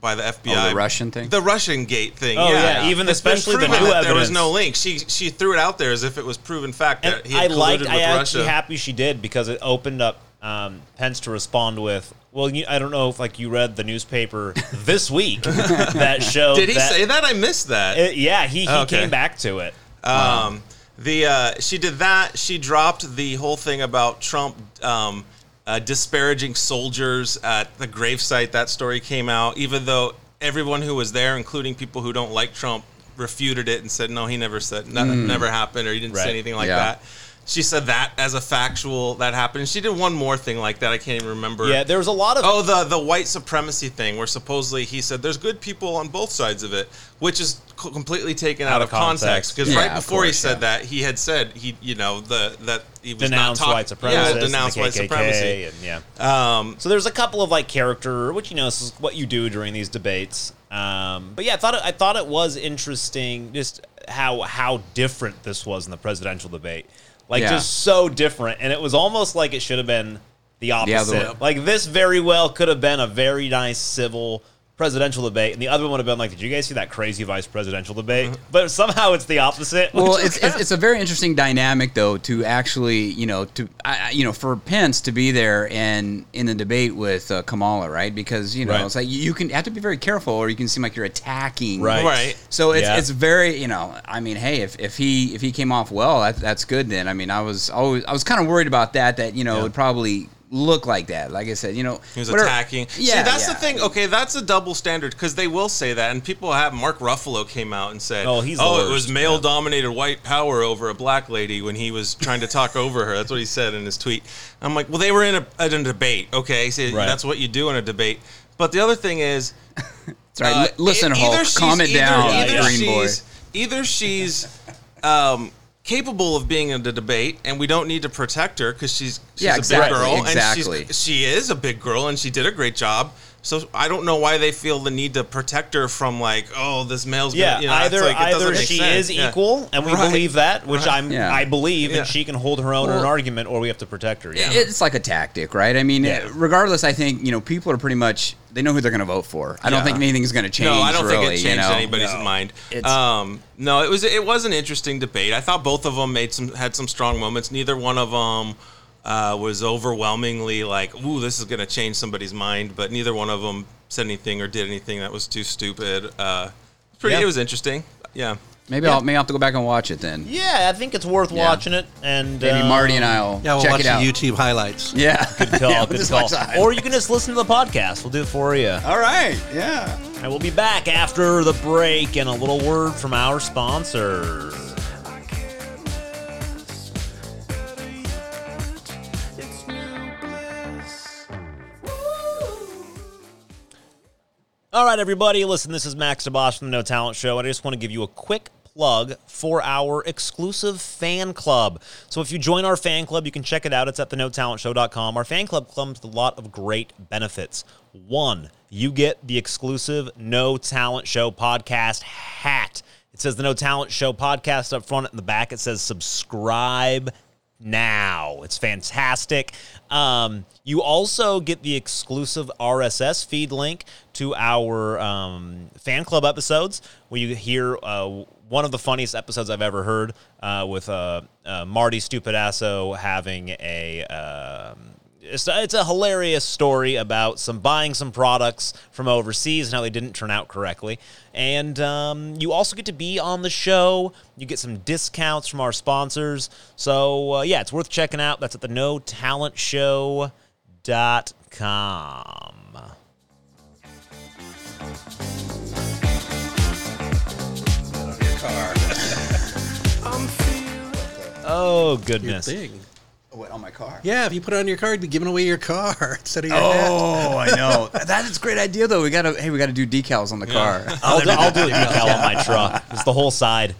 D: by the FBI.
B: Oh, the Russian thing?
D: The Russian gate thing.
A: Oh,
D: yeah.
A: yeah, even
D: It's been
A: especially the
D: proven
A: new
D: that There was
A: evidence.
D: no link. She she threw it out there as if it was proven fact
A: And
D: that he
A: I
D: had
A: liked.
D: colluded
A: I
D: with
A: actually
D: Russia.
A: happy she did because it opened up um, Pence to respond with, "Well, you, I don't know if like you read the
D: (laughs)
A: newspaper this week that showed."
D: Did he
A: that,
D: say that? I missed that.
A: Uh, yeah, he, he
D: Okay.
A: came back to it.
D: Um, the uh, she did that. She dropped the whole thing about Trump um, uh, disparaging soldiers at the gravesite. That story came out, even though everyone who was there, including people who don't like Trump, refuted it and said, "No, he never said, no, never happened, or he didn't
A: Mm. Right.
D: say anything like
B: Yeah.
D: that." She said that as a factual that happened. She did one more thing like that. I can't even remember.
A: Yeah, there was a lot of.
D: Oh, the the white supremacy thing, where supposedly he said there's good people on both sides of it, which is co- completely taken out,
A: Out
D: of
A: of
D: context.
A: context.
D: Because
B: Yeah,
D: right
B: of
D: before he
B: course,
D: said
B: yeah.
D: that, he had said he, you know, the that he was
A: Denounce
D: not talk-
A: white supremacy.
D: Yeah, denounce white supremacy.
A: And, yeah.
D: Um,
A: So there's a couple of like character, which you know is what you do during these debates. Um, but yeah, I thought it, I thought it was interesting just how how different this was in the presidential debate, like
B: Yeah.
A: just so different, and it was almost like it should have been the
B: other
A: opposite.
B: way.
A: like this very well could have been a very nice civil presidential debate, and the other one would have been like, "Did you guys see that crazy vice presidential debate?"
D: Mm-hmm.
A: But somehow it's the opposite. (laughs)
B: Well,
A: which is
B: it's, it's it's a very interesting dynamic though to actually you know to I, I- you know for Pence to be there and in the debate with uh, Kamala, right? Because you know
A: Right.
B: it's like you, you can have to be very careful, or you can seem like you're attacking,
A: Right.
D: Right.
B: So it's
A: Yeah.
B: it's very you know I mean hey if, if he if he came off well that, that's good then I mean I was always I was kind of worried about that that you know it would probably look like that like I said you know
D: He was
B: whatever-
D: attacking.
B: yeah
D: See, that's
B: yeah.
D: the thing. Okay, that's a double standard because they will say that, and people have. Mark Ruffalo came out and said,
A: Oh, he's the
D: oh, it
A: worst."
D: was male-dominated white power over a black lady when he was trying to talk over her." That's what he said in his tweet. I'm like, well, they were in a at a debate. Okay, so
A: Right.
D: that's what you do in a debate. But the other thing is,
B: sorry
D: uh,
B: li- listen
D: e- either
B: Hulk
D: she's-
B: calm it
D: either-
B: down
D: Either,
B: Green Boy
D: she's, either she's um, capable of being in the debate, and we don't need to protect her because she's, she's
B: Yeah,
D: a
B: exactly,
D: big girl,
B: exactly.
D: and she's, she is a big girl, and she did a great job. So I don't know why they feel the need to protect her from like, oh, this male's
A: Yeah,
D: gonna, you know, it's
A: either
D: like, it doesn't
A: either
D: make
A: she
D: sense.
A: is
D: Yeah.
A: equal, and we
D: Right.
A: believe that, which I'm
B: Yeah.
A: I believe,
D: Yeah.
A: and she can hold her own in an
B: Well-
A: argument, or we have to protect her. Yeah,
B: It- It's like a tactic, right? I mean,
A: Yeah.
B: regardless, I think you know people are pretty much they know who they're going to vote for. I don't
D: Yeah.
B: think anything's going to change.
D: No, I don't
B: really,
D: think it
B: you
D: changed
B: know?
D: anybody's
A: No.
D: mind.
B: It's-
D: Um, no, it was it was an interesting debate. I thought both of them made some had some strong moments. Neither one of them uh, was overwhelmingly like, "Ooh, this is going to change somebody's mind," but neither one of them said anything or did anything that was too stupid. Uh, it's pretty,
A: Yeah.
D: it was interesting. Yeah,
B: Maybe I'll maybe I'll have to go back and watch it then.
A: Yeah, I think it's worth
B: Yeah.
A: watching it, and
B: Maybe
D: uh,
A: um,
B: Marty and I'll
C: Yeah, we'll
B: check
C: watch
B: it
C: the
B: out.
C: YouTube highlights.
B: Yeah,
D: (laughs)
A: Good call,
B: (laughs) Yeah, we'll
A: good
B: just
A: call.
B: watch that.
A: Or you can just listen to the podcast. We'll do it for you.
B: All right, yeah.
A: And we'll be back after the break and a little word from our sponsor. All right, everybody, listen, this is Max DeBosch from the No Talent Show, and I just want to give you a quick plug for our exclusive fan club. So if you join our fan club, you can check it out. It's at thenotalentshow.com. Our fan club comes with a lot of great benefits. One, you get the exclusive No Talent Show podcast hat. It says the No Talent Show podcast up front. In the back, it says subscribe now. It's fantastic. Um, you also get the exclusive RSS feed link to our um, fan club episodes, where you hear uh, one of the funniest episodes I've ever heard uh, with uh, uh, Marty Stupidasso having a. Um, it's a, it's a hilarious story about some buying some products from overseas and how they didn't turn out correctly. And um, you also get to be on the show. You get some discounts from our sponsors. So, uh, yeah, it's worth checking out. That's at the notalentshow.com. Oh, goodness.
C: Big.
B: Oh, on my car.
C: Yeah, if you put it on your car, you'd be giving away your car (laughs) instead of
B: (laughs)
C: your hat.
B: Oh, I know. (laughs) that is a great idea though. We gotta hey, we gotta do decals on the car.
A: I'll do, I'll do a decal on my truck. It's the whole side.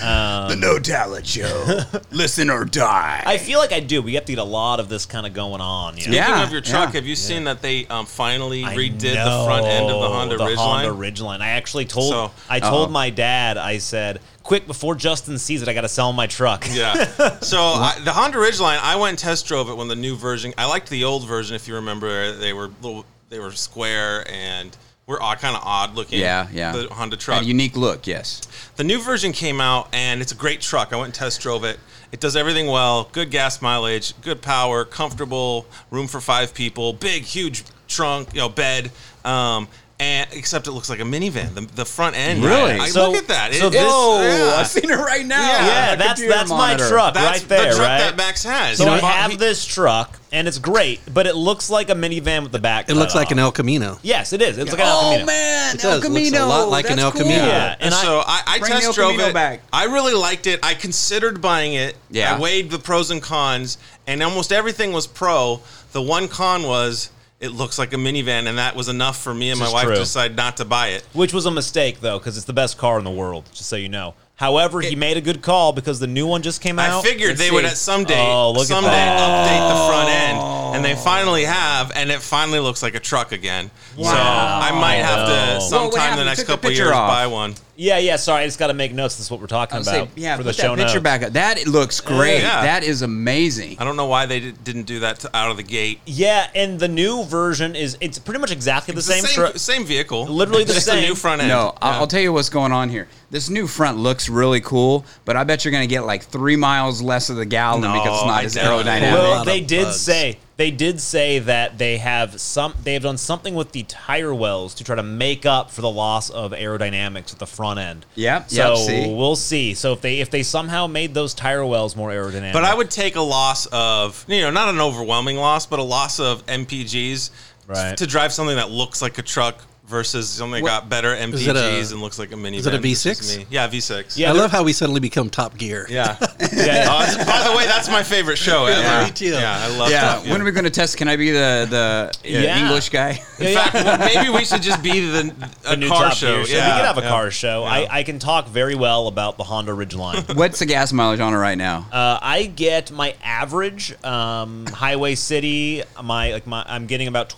B: the No Talent Show. Listen or die.
A: I feel like I do. We have to get a lot of this kind of going on. You know?
B: Yeah,
D: Speaking of your truck,
B: yeah.
D: have you seen that they um, finally
A: I
D: redid the front end of the
A: know
D: Honda
A: the Honda
D: Ridgeline?
A: Ridgeline. I actually told
D: So- uh-huh.
A: I told my dad. I said, "Quick, before Justin sees it, I got to sell my truck."
D: (laughs) Yeah. So I, the Honda Ridgeline, I went and test drove it when the new version. I liked the old version, if you remember. They were little, they were square and were kind of odd looking.
B: yeah, yeah.
D: The Honda truck.
B: Had a unique look, yes.
D: the new version came out, and it's a great truck. I went and test drove it. It does everything well. Good gas mileage, good power, comfortable, room for five people, big, huge trunk, you know, bed. Um, and except it looks like a minivan. The, the front end.
B: Really?
D: I, I-
A: So-
D: look at that.
A: so
D: It-
A: this-
D: Whoa,
A: yeah.
B: I've seen it right now.
D: Yeah,
B: on
A: Yeah,
B: the
A: that's
B: computer
A: that's my
B: monitor.
A: truck
D: That's
A: right there,
D: the truck
A: right?
D: that Max has.
A: so
D: You
A: I
D: know,
A: have
D: he-
A: this truck, and it's great, but it looks like a minivan with the back.
C: It looks like an El Camino.
A: Yes, it is. It's like an El
B: Oh
A: Camino.
B: man,
C: It
B: El
C: does. It looks a
B: Camino.
C: lot like an
B: That's
C: El
B: cool.
C: Camino.
A: Yeah, and I,
D: so I, I
B: Bring the
D: test
B: El
D: drove
B: Camino
D: it.
B: back.
D: I really liked it. I considered buying it.
B: Yeah.
D: I weighed the pros and cons, and almost everything was pro. The one con was it looks like a minivan, and that was enough for me
A: This
D: and my
A: is
D: wife
A: true.
D: to decide not to buy it.
A: Which was a mistake, though, because it's the best car in the world, just so you know. However, he made a good call because the new one just came out.
D: I figured
B: Let's
D: they would
B: see.
D: at someday,
A: Oh, look at
D: someday
A: that.
D: update the front end, and
B: Oh.
D: they finally have, and it finally looks like a truck again. So I might have
A: Wow.
D: to
B: Well, what
D: sometime in
B: happened?
D: the
B: You
D: next
B: took the
D: couple
B: picture
D: years
B: off.
D: buy one.
A: Yeah, yeah. Sorry, I just got to make notes. This is what we're talking
B: I'll
A: about
B: say, yeah,
A: for the
B: put
A: show
B: that picture
A: notes.
B: back up. That looks great.
D: Yeah.
B: That is amazing.
D: I don't know why they did, didn't do that to, out of the gate.
A: Yeah, and the new version is it's pretty much exactly the
D: It's
A: same.
D: the same,
A: stru-
D: same vehicle,
A: Literally the
D: just a
A: same.
D: new front end.
B: No, I-
D: Yeah.
B: I'll tell you what's going on here. This new front looks really cool, but I bet you're going to get like three miles less of the gallon
D: No,
B: because it's
D: I
B: not as
D: doubt it.
B: aerodynamic.
C: a
A: well,
C: lot
A: they
C: of
A: did
C: bugs.
A: say they did say that they have some they have done something with the tire wells to try to make up for the loss of aerodynamics at the front end.
B: Yep, yep,
A: So
B: see?
A: we'll see. So if they if they somehow made those tire wells more aerodynamic,
D: But I would take a loss of, you know, not an overwhelming loss, but a loss of MPGs
A: Right.
D: to drive something that looks like a truck versus something that
B: What-
D: got better
C: it a-
D: MPGs and looks like a
C: it
D: minivan.
C: a
D: versus
C: V6?
D: me. Yeah, V6.
A: Yeah,
C: I
A: they're-
C: love how we suddenly become Top Gear.
D: Yeah. (laughs)
A: yeah,
D: Oh, that's- by the way, that's my favorite show ever.
C: me too.
D: Yeah, I love
B: yeah.
D: Top Gear.
B: When are we going to test? Can I be the the uh,
A: Yeah. (laughs)
B: English guy?
A: yeah,
D: In
A: yeah.
D: fact, well, maybe we should just be
A: (laughs)
D: the, a
A: The new
D: car
A: Top
D: show.
A: Gear. So
D: yeah,
A: we could have a
D: yeah.
A: car show. I, I can talk very well about the Honda Ridgeline.
B: What's the gas mileage on it right now?
A: Uh, I get my average um, highway city. My like my I'm getting about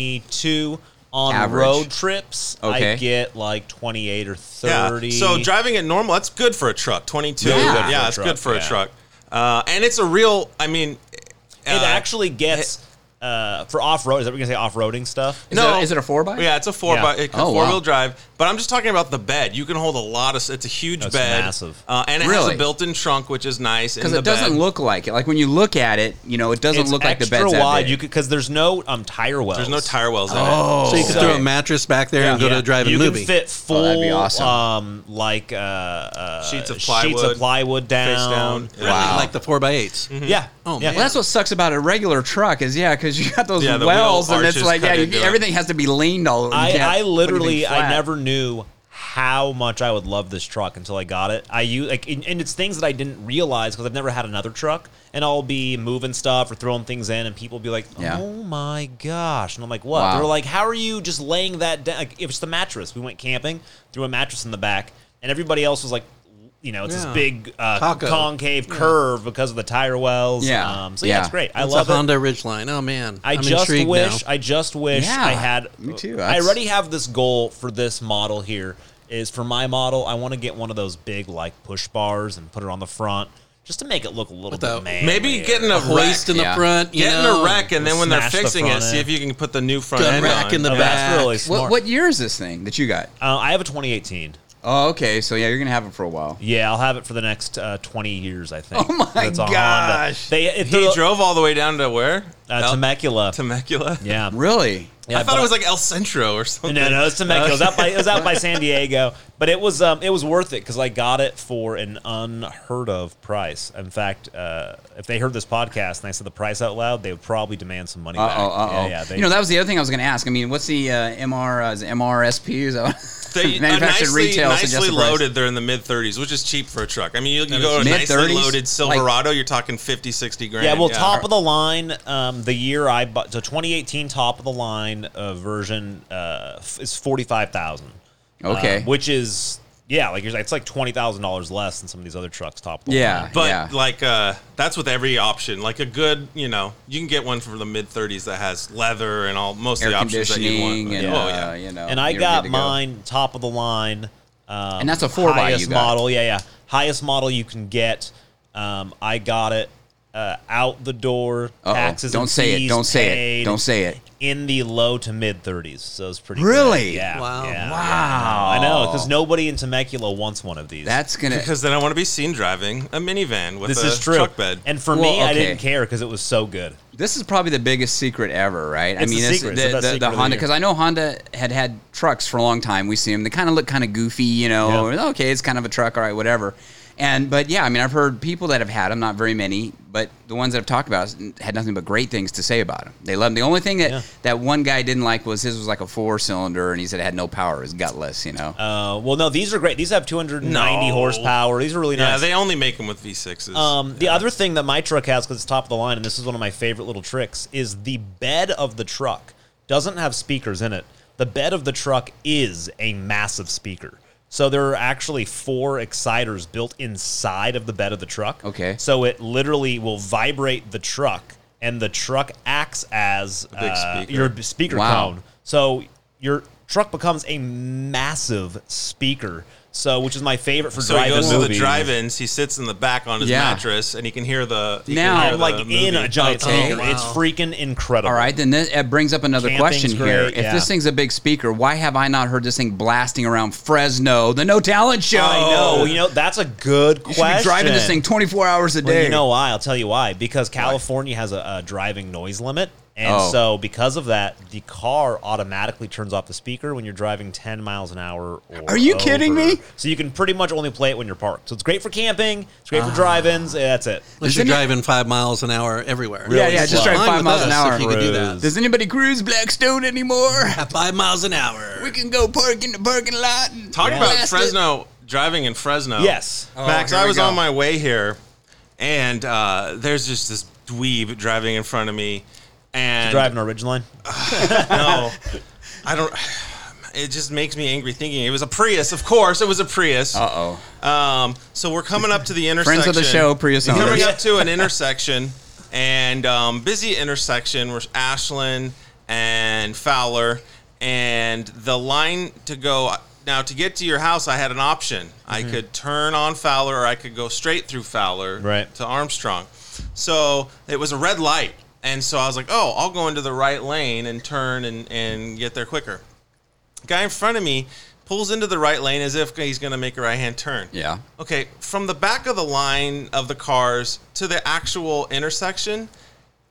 A: 22 on
B: Average.
A: road trips. I
B: Okay.
A: get like 28 or
D: Yeah.
A: 30.
D: So driving it normal, that's good for a truck. Twenty two.
B: Really good
D: Yeah,
B: for
A: a
D: it's
A: truck,
D: good for
A: yeah.
D: a truck. Uh, and it's a real. I mean, uh,
A: it actually gets uh, for off road. Is that what we're gonna say off roading stuff?
B: Is it- is it a 4x?
D: Yeah, it's a four
A: Yeah.
D: by it can
B: Oh,
D: four wheel
B: wow.
D: drive. But I'm just talking about the bed. You can hold a lot of. It's a huge
A: That's
D: bed,
A: massive.
D: Uh, and it has
B: Really?
D: a built-in trunk, which is nice.
B: Because it doesn't look like it. Like when you look at it, you know, it doesn't
A: It's
B: look like the
A: extra
B: bed's that
A: wide.
B: big.
A: You because there's no um tire wells.
D: There's no tire wells in
B: Oh.
D: it.
C: So you can
B: So-
C: throw a mattress back there and go to
A: Yeah.
C: a driving
A: you
C: movie.
A: can fit full,
B: Oh, that'd be awesome.
A: um, like uh, uh,
D: Sheets of
A: sheets
D: plywood,
A: of plywood down.
D: Face down. Mm-hmm.
B: Wow.
C: Like the four by 8s
A: Yeah.
C: Oh,
A: yeah.
C: man.
B: Well, that's what sucks about a regular truck is yeah, because you got those
D: Yeah, the
B: wells
D: wheel
B: and it's
D: arches
B: like
D: cut
B: yeah,
D: into
B: you,
D: it.
B: everything has to be leaned all. you
A: I,
B: can't
A: I
B: put
A: literally
B: anything
A: I
B: flat.
A: never knew how much I would love this truck until I got it. I use like and and it's things that I didn't realize because I've never had another truck, and I'll be moving stuff or throwing things in, and people be like,
B: Yeah.
A: "Oh my gosh!" And I'm like, "What?"
B: Wow.
A: They're like, "How are you just laying that down?" Like, it was the mattress. We went camping, threw a mattress in the back, and everybody else was like. You know, it's
C: Yeah.
A: this big uh,
C: Taco.
A: concave curve because of the tire wells.
B: Yeah.
A: Um, so yeah,
B: Yeah.
A: it's great. I
C: That's
A: love
C: a
A: it.
C: Honda Ridgeline. Oh man,
A: I
C: I'm
A: just
C: intrigued
A: wish.
C: now.
A: I just wish
B: Yeah,
A: I had.
B: me too.
A: I
B: That's-
A: already have this goal for this model here. Is for my model, I want to get one of those big like push bars and put it on the front just to make it look a little
C: the-
A: bit manlier.
D: Maybe getting a wreck.
C: hoist in the
B: Yeah.
C: front. You
D: Getting
C: know,
D: a wreck, and then when they're
A: Smash the
D: fixing it,
A: front
D: see
A: end.
D: if you can put the new front
C: Good
D: end
C: rack
D: on.
C: in the
A: Yeah, Oh, that's
C: back.
A: really
B: What,
A: smart.
B: what year is this thing that you got?
A: Uh, I have a 2018.
B: Oh, okay. So yeah, you're gonna have it for a while.
A: Yeah, I'll have it for the next uh, 20 years. I think.
B: Oh my
A: That's a Honda.
B: gosh.
A: They it's
D: He
A: a-
D: drove all the way down to where?
A: uh,
D: El-
A: Temecula.
D: Temecula.
A: yeah.
B: Really?
A: Yeah,
D: I thought
A: but-
D: it was like El Centro or something.
A: No, no, it's Temecula. It was out by it was
B: (laughs)
A: out by San Diego, but it was um it was worth it because I got it for an unheard of price. In fact, uh, if they heard this podcast and I said the price out loud, they would probably demand some money
B: Uh
A: back.
B: oh, uh oh.
A: Yeah, yeah, they,
B: you know, that was the other thing I was going to ask. I mean, what's the uh, MR, uh, is it MRSP?
A: (laughs)
B: Is that
D: (laughs) They,
B: (laughs)
D: uh,
B: manufactured
D: nicely,
B: retail
D: nicely
B: suggested price?
D: loaded. They're in the mid 30s, which is cheap for a truck. I mean, you, you go to a
B: Mid-
D: nicely
B: 30s?
D: loaded Silverado, you're talking 50, 60 grand.
A: yeah, well, top of the line, um, the year I bought the 2018 top of the line uh, version uh, f- is forty five thousand. Um,
B: Okay.
A: Uh, which is yeah, like you're, it's like twenty thousand dollars less than some of these other trucks top of the line.
B: Yeah,
D: But
B: yeah.
D: like, uh, that's with every option. Like a good, you know, you can get one for the mid 30s that has leather and all most
B: Air
D: of the options that you want.
B: conditioning and,
A: Yeah.
D: oh yeah,
B: uh, you know.
A: and I
B: you're good
A: got
B: to go.
A: mine top of the line. Um,
B: And that's a 4x you
A: highest
B: got.
A: model. Yeah, yeah, highest model you can get. Um, I got it uh, out the door.
B: Uh-oh.
A: Taxes.
B: Don't
A: and
B: say it.
A: fees
B: Don't say it.
A: paid
B: Don't say it.
A: In the low to mid thirties, so it's pretty.
B: Really?
A: Good. Yeah.
C: Wow.
A: yeah,
B: Wow.
A: yeah. I know because nobody in Temecula wants one of these.
B: That's going to.
D: Because then I want to be seen driving a minivan with
A: this
D: a
A: is true.
D: truck bed.
A: And for
B: Well,
A: me, I
B: okay.
A: didn't care because it was so good.
B: This is probably the biggest secret ever, right?
A: It's
B: I mean,
A: the
B: this-
A: secret.
B: the,
A: It's the best
B: the,
A: secret of the
B: Honda,
A: year.
B: because I know Honda had had trucks for a long time. We see them; they kind of look kind of goofy, you know. "Oh, Okay, it's kind of a truck, all right, whatever. And but yeah, I mean, I've heard people that have had them, not very many, but the ones that I've talked about had nothing but great things to say about them. They love them. The only thing that
A: Yeah.
B: that one guy didn't like was his was like a four cylinder, and he said it had no power, it was gutless, you know.
A: Uh, well, no, these are great. These have 290
D: No.
A: horsepower. These are really
D: yeah,
A: nice.
D: they only make them with V6s.
A: Um, The other thing that my truck has, because it's top of the line, and this is one of my favorite little tricks, is the bed of the truck doesn't have speakers in it. The bed of the truck is a massive speaker. So there are actually four exciters built inside of the bed of the truck.
B: Okay.
A: So it literally will vibrate the truck, and the truck acts as
D: big
A: uh,
D: speaker.
A: your speaker
B: Wow.
A: cone. So your truck becomes a massive speaker. So, which is my favorite for
D: So he
A: drive-in
D: goes to
A: movies.
D: the drive-ins. He sits in the back on his
B: Yeah.
D: mattress, and he can hear the. he can
B: Now-
D: hear
A: I'm like oh,
D: the
A: in
D: movie. Oh,
A: a giant
B: Okay.
A: speaker. It's freaking incredible.
B: All right, then that that brings up another
A: Camping's
B: question here.
A: great,
B: if
A: yeah.
B: this thing's a big speaker, why have I not heard this thing blasting around Fresno, the No Talent Show?
A: I know. You know that's a good
B: You should
A: question.
B: be driving this thing 24 hours a
A: Well,
B: day.
A: you know why? I'll tell you why. Because California has a, a driving noise limit. And
B: Oh.
A: so, because of that, the car automatically turns off the speaker when you're driving 10 miles an hour. Or
B: Are you kidding
A: over.
B: me?
A: So, you can pretty much only play it when you're parked. So, it's great for camping, it's great for
B: Ah.
A: drive ins. That's it.
C: Unless you're
B: Isn't it-
C: driving five miles an hour everywhere.
B: Yeah, yeah, just
A: slow.
B: drive
C: Fine
B: five
C: with
B: miles an
C: us
B: hour.
C: If you could do that.
B: Does anybody cruise Blackstone anymore? (laughs)
C: At five miles an hour.
B: We can go park in the parking lot. And
D: Talk about
B: blast it.
D: Fresno driving in Fresno.
A: Yes.
B: Oh,
D: Max,
B: here
D: I
B: we
D: was
B: go.
D: on my way here, and uh, there's just this dweeb driving in front of me, and
A: Driving our ridge line.
D: no, I don't. (sighs) It just makes me angry thinking it was a Prius. Of course, it was a Prius.
B: Uh oh.
D: Um, so we're coming up to the intersection.
B: Friends of the show, Prius
D: We're
B: owners.
D: Coming up to an intersection and um, busy intersection. We're Ashland and Fowler, and the line to go now to get to your house. I had an option. I could turn on Fowler, or I could go straight through Fowler
A: Right.
D: to Armstrong. So it was a red light, and so I was like, "Oh, I'll go into the right lane and turn and, and get there quicker." Guy in front of me pulls into the right lane as if he's going to make a right hand turn.
B: Yeah.
D: Okay, from the back of the line of the cars to the actual intersection,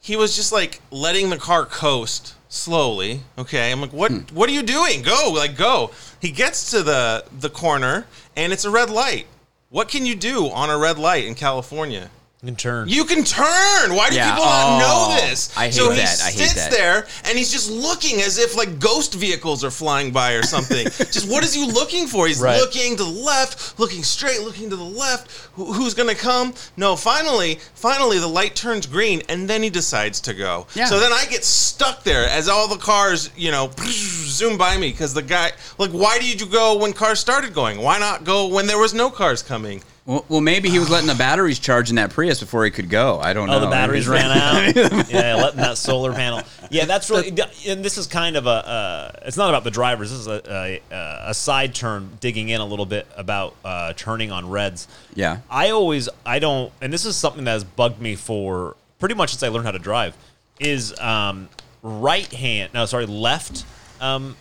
D: he was just like letting the car coast slowly. Okay, I'm like, what? What are you doing? Go, like, go. He gets to the the corner, and it's a red light. What can you do on a red light in California?
A: You can turn.
D: You can turn. Why do
B: Yeah,
D: people not
B: oh,
D: know this?
B: I hate
D: so he
B: that, I hate
D: sits
B: that.
D: there and he's just looking as if like ghost vehicles are flying by
B: (laughs)
D: or something. just what is he looking for? He's
A: Right.
D: looking to the left, looking straight, looking to the left. Who, who's gonna come? No. Finally, finally, the light turns green and then he decides to go.
B: Yeah.
D: So then I get stuck there as all the cars, you know, (laughs) zoom by me because the guy like, why did you go when cars started going? Why not go when there was no cars coming?
B: Well, well, maybe he was letting the batteries charge in that Prius before he could go. I don't know.
A: Oh, the batteries
B: Maybe- (laughs)
A: ran out. yeah, letting that solar panel. Yeah, that's really. And this is kind of a. Uh, it's not about the drivers. This is a, uh, a, a side turn digging in a little bit about uh, turning on reds.
B: Yeah.
A: I always I don't, and this is something that has bugged me for pretty much since I learned how to drive. Is um, right hand? No, sorry, left um,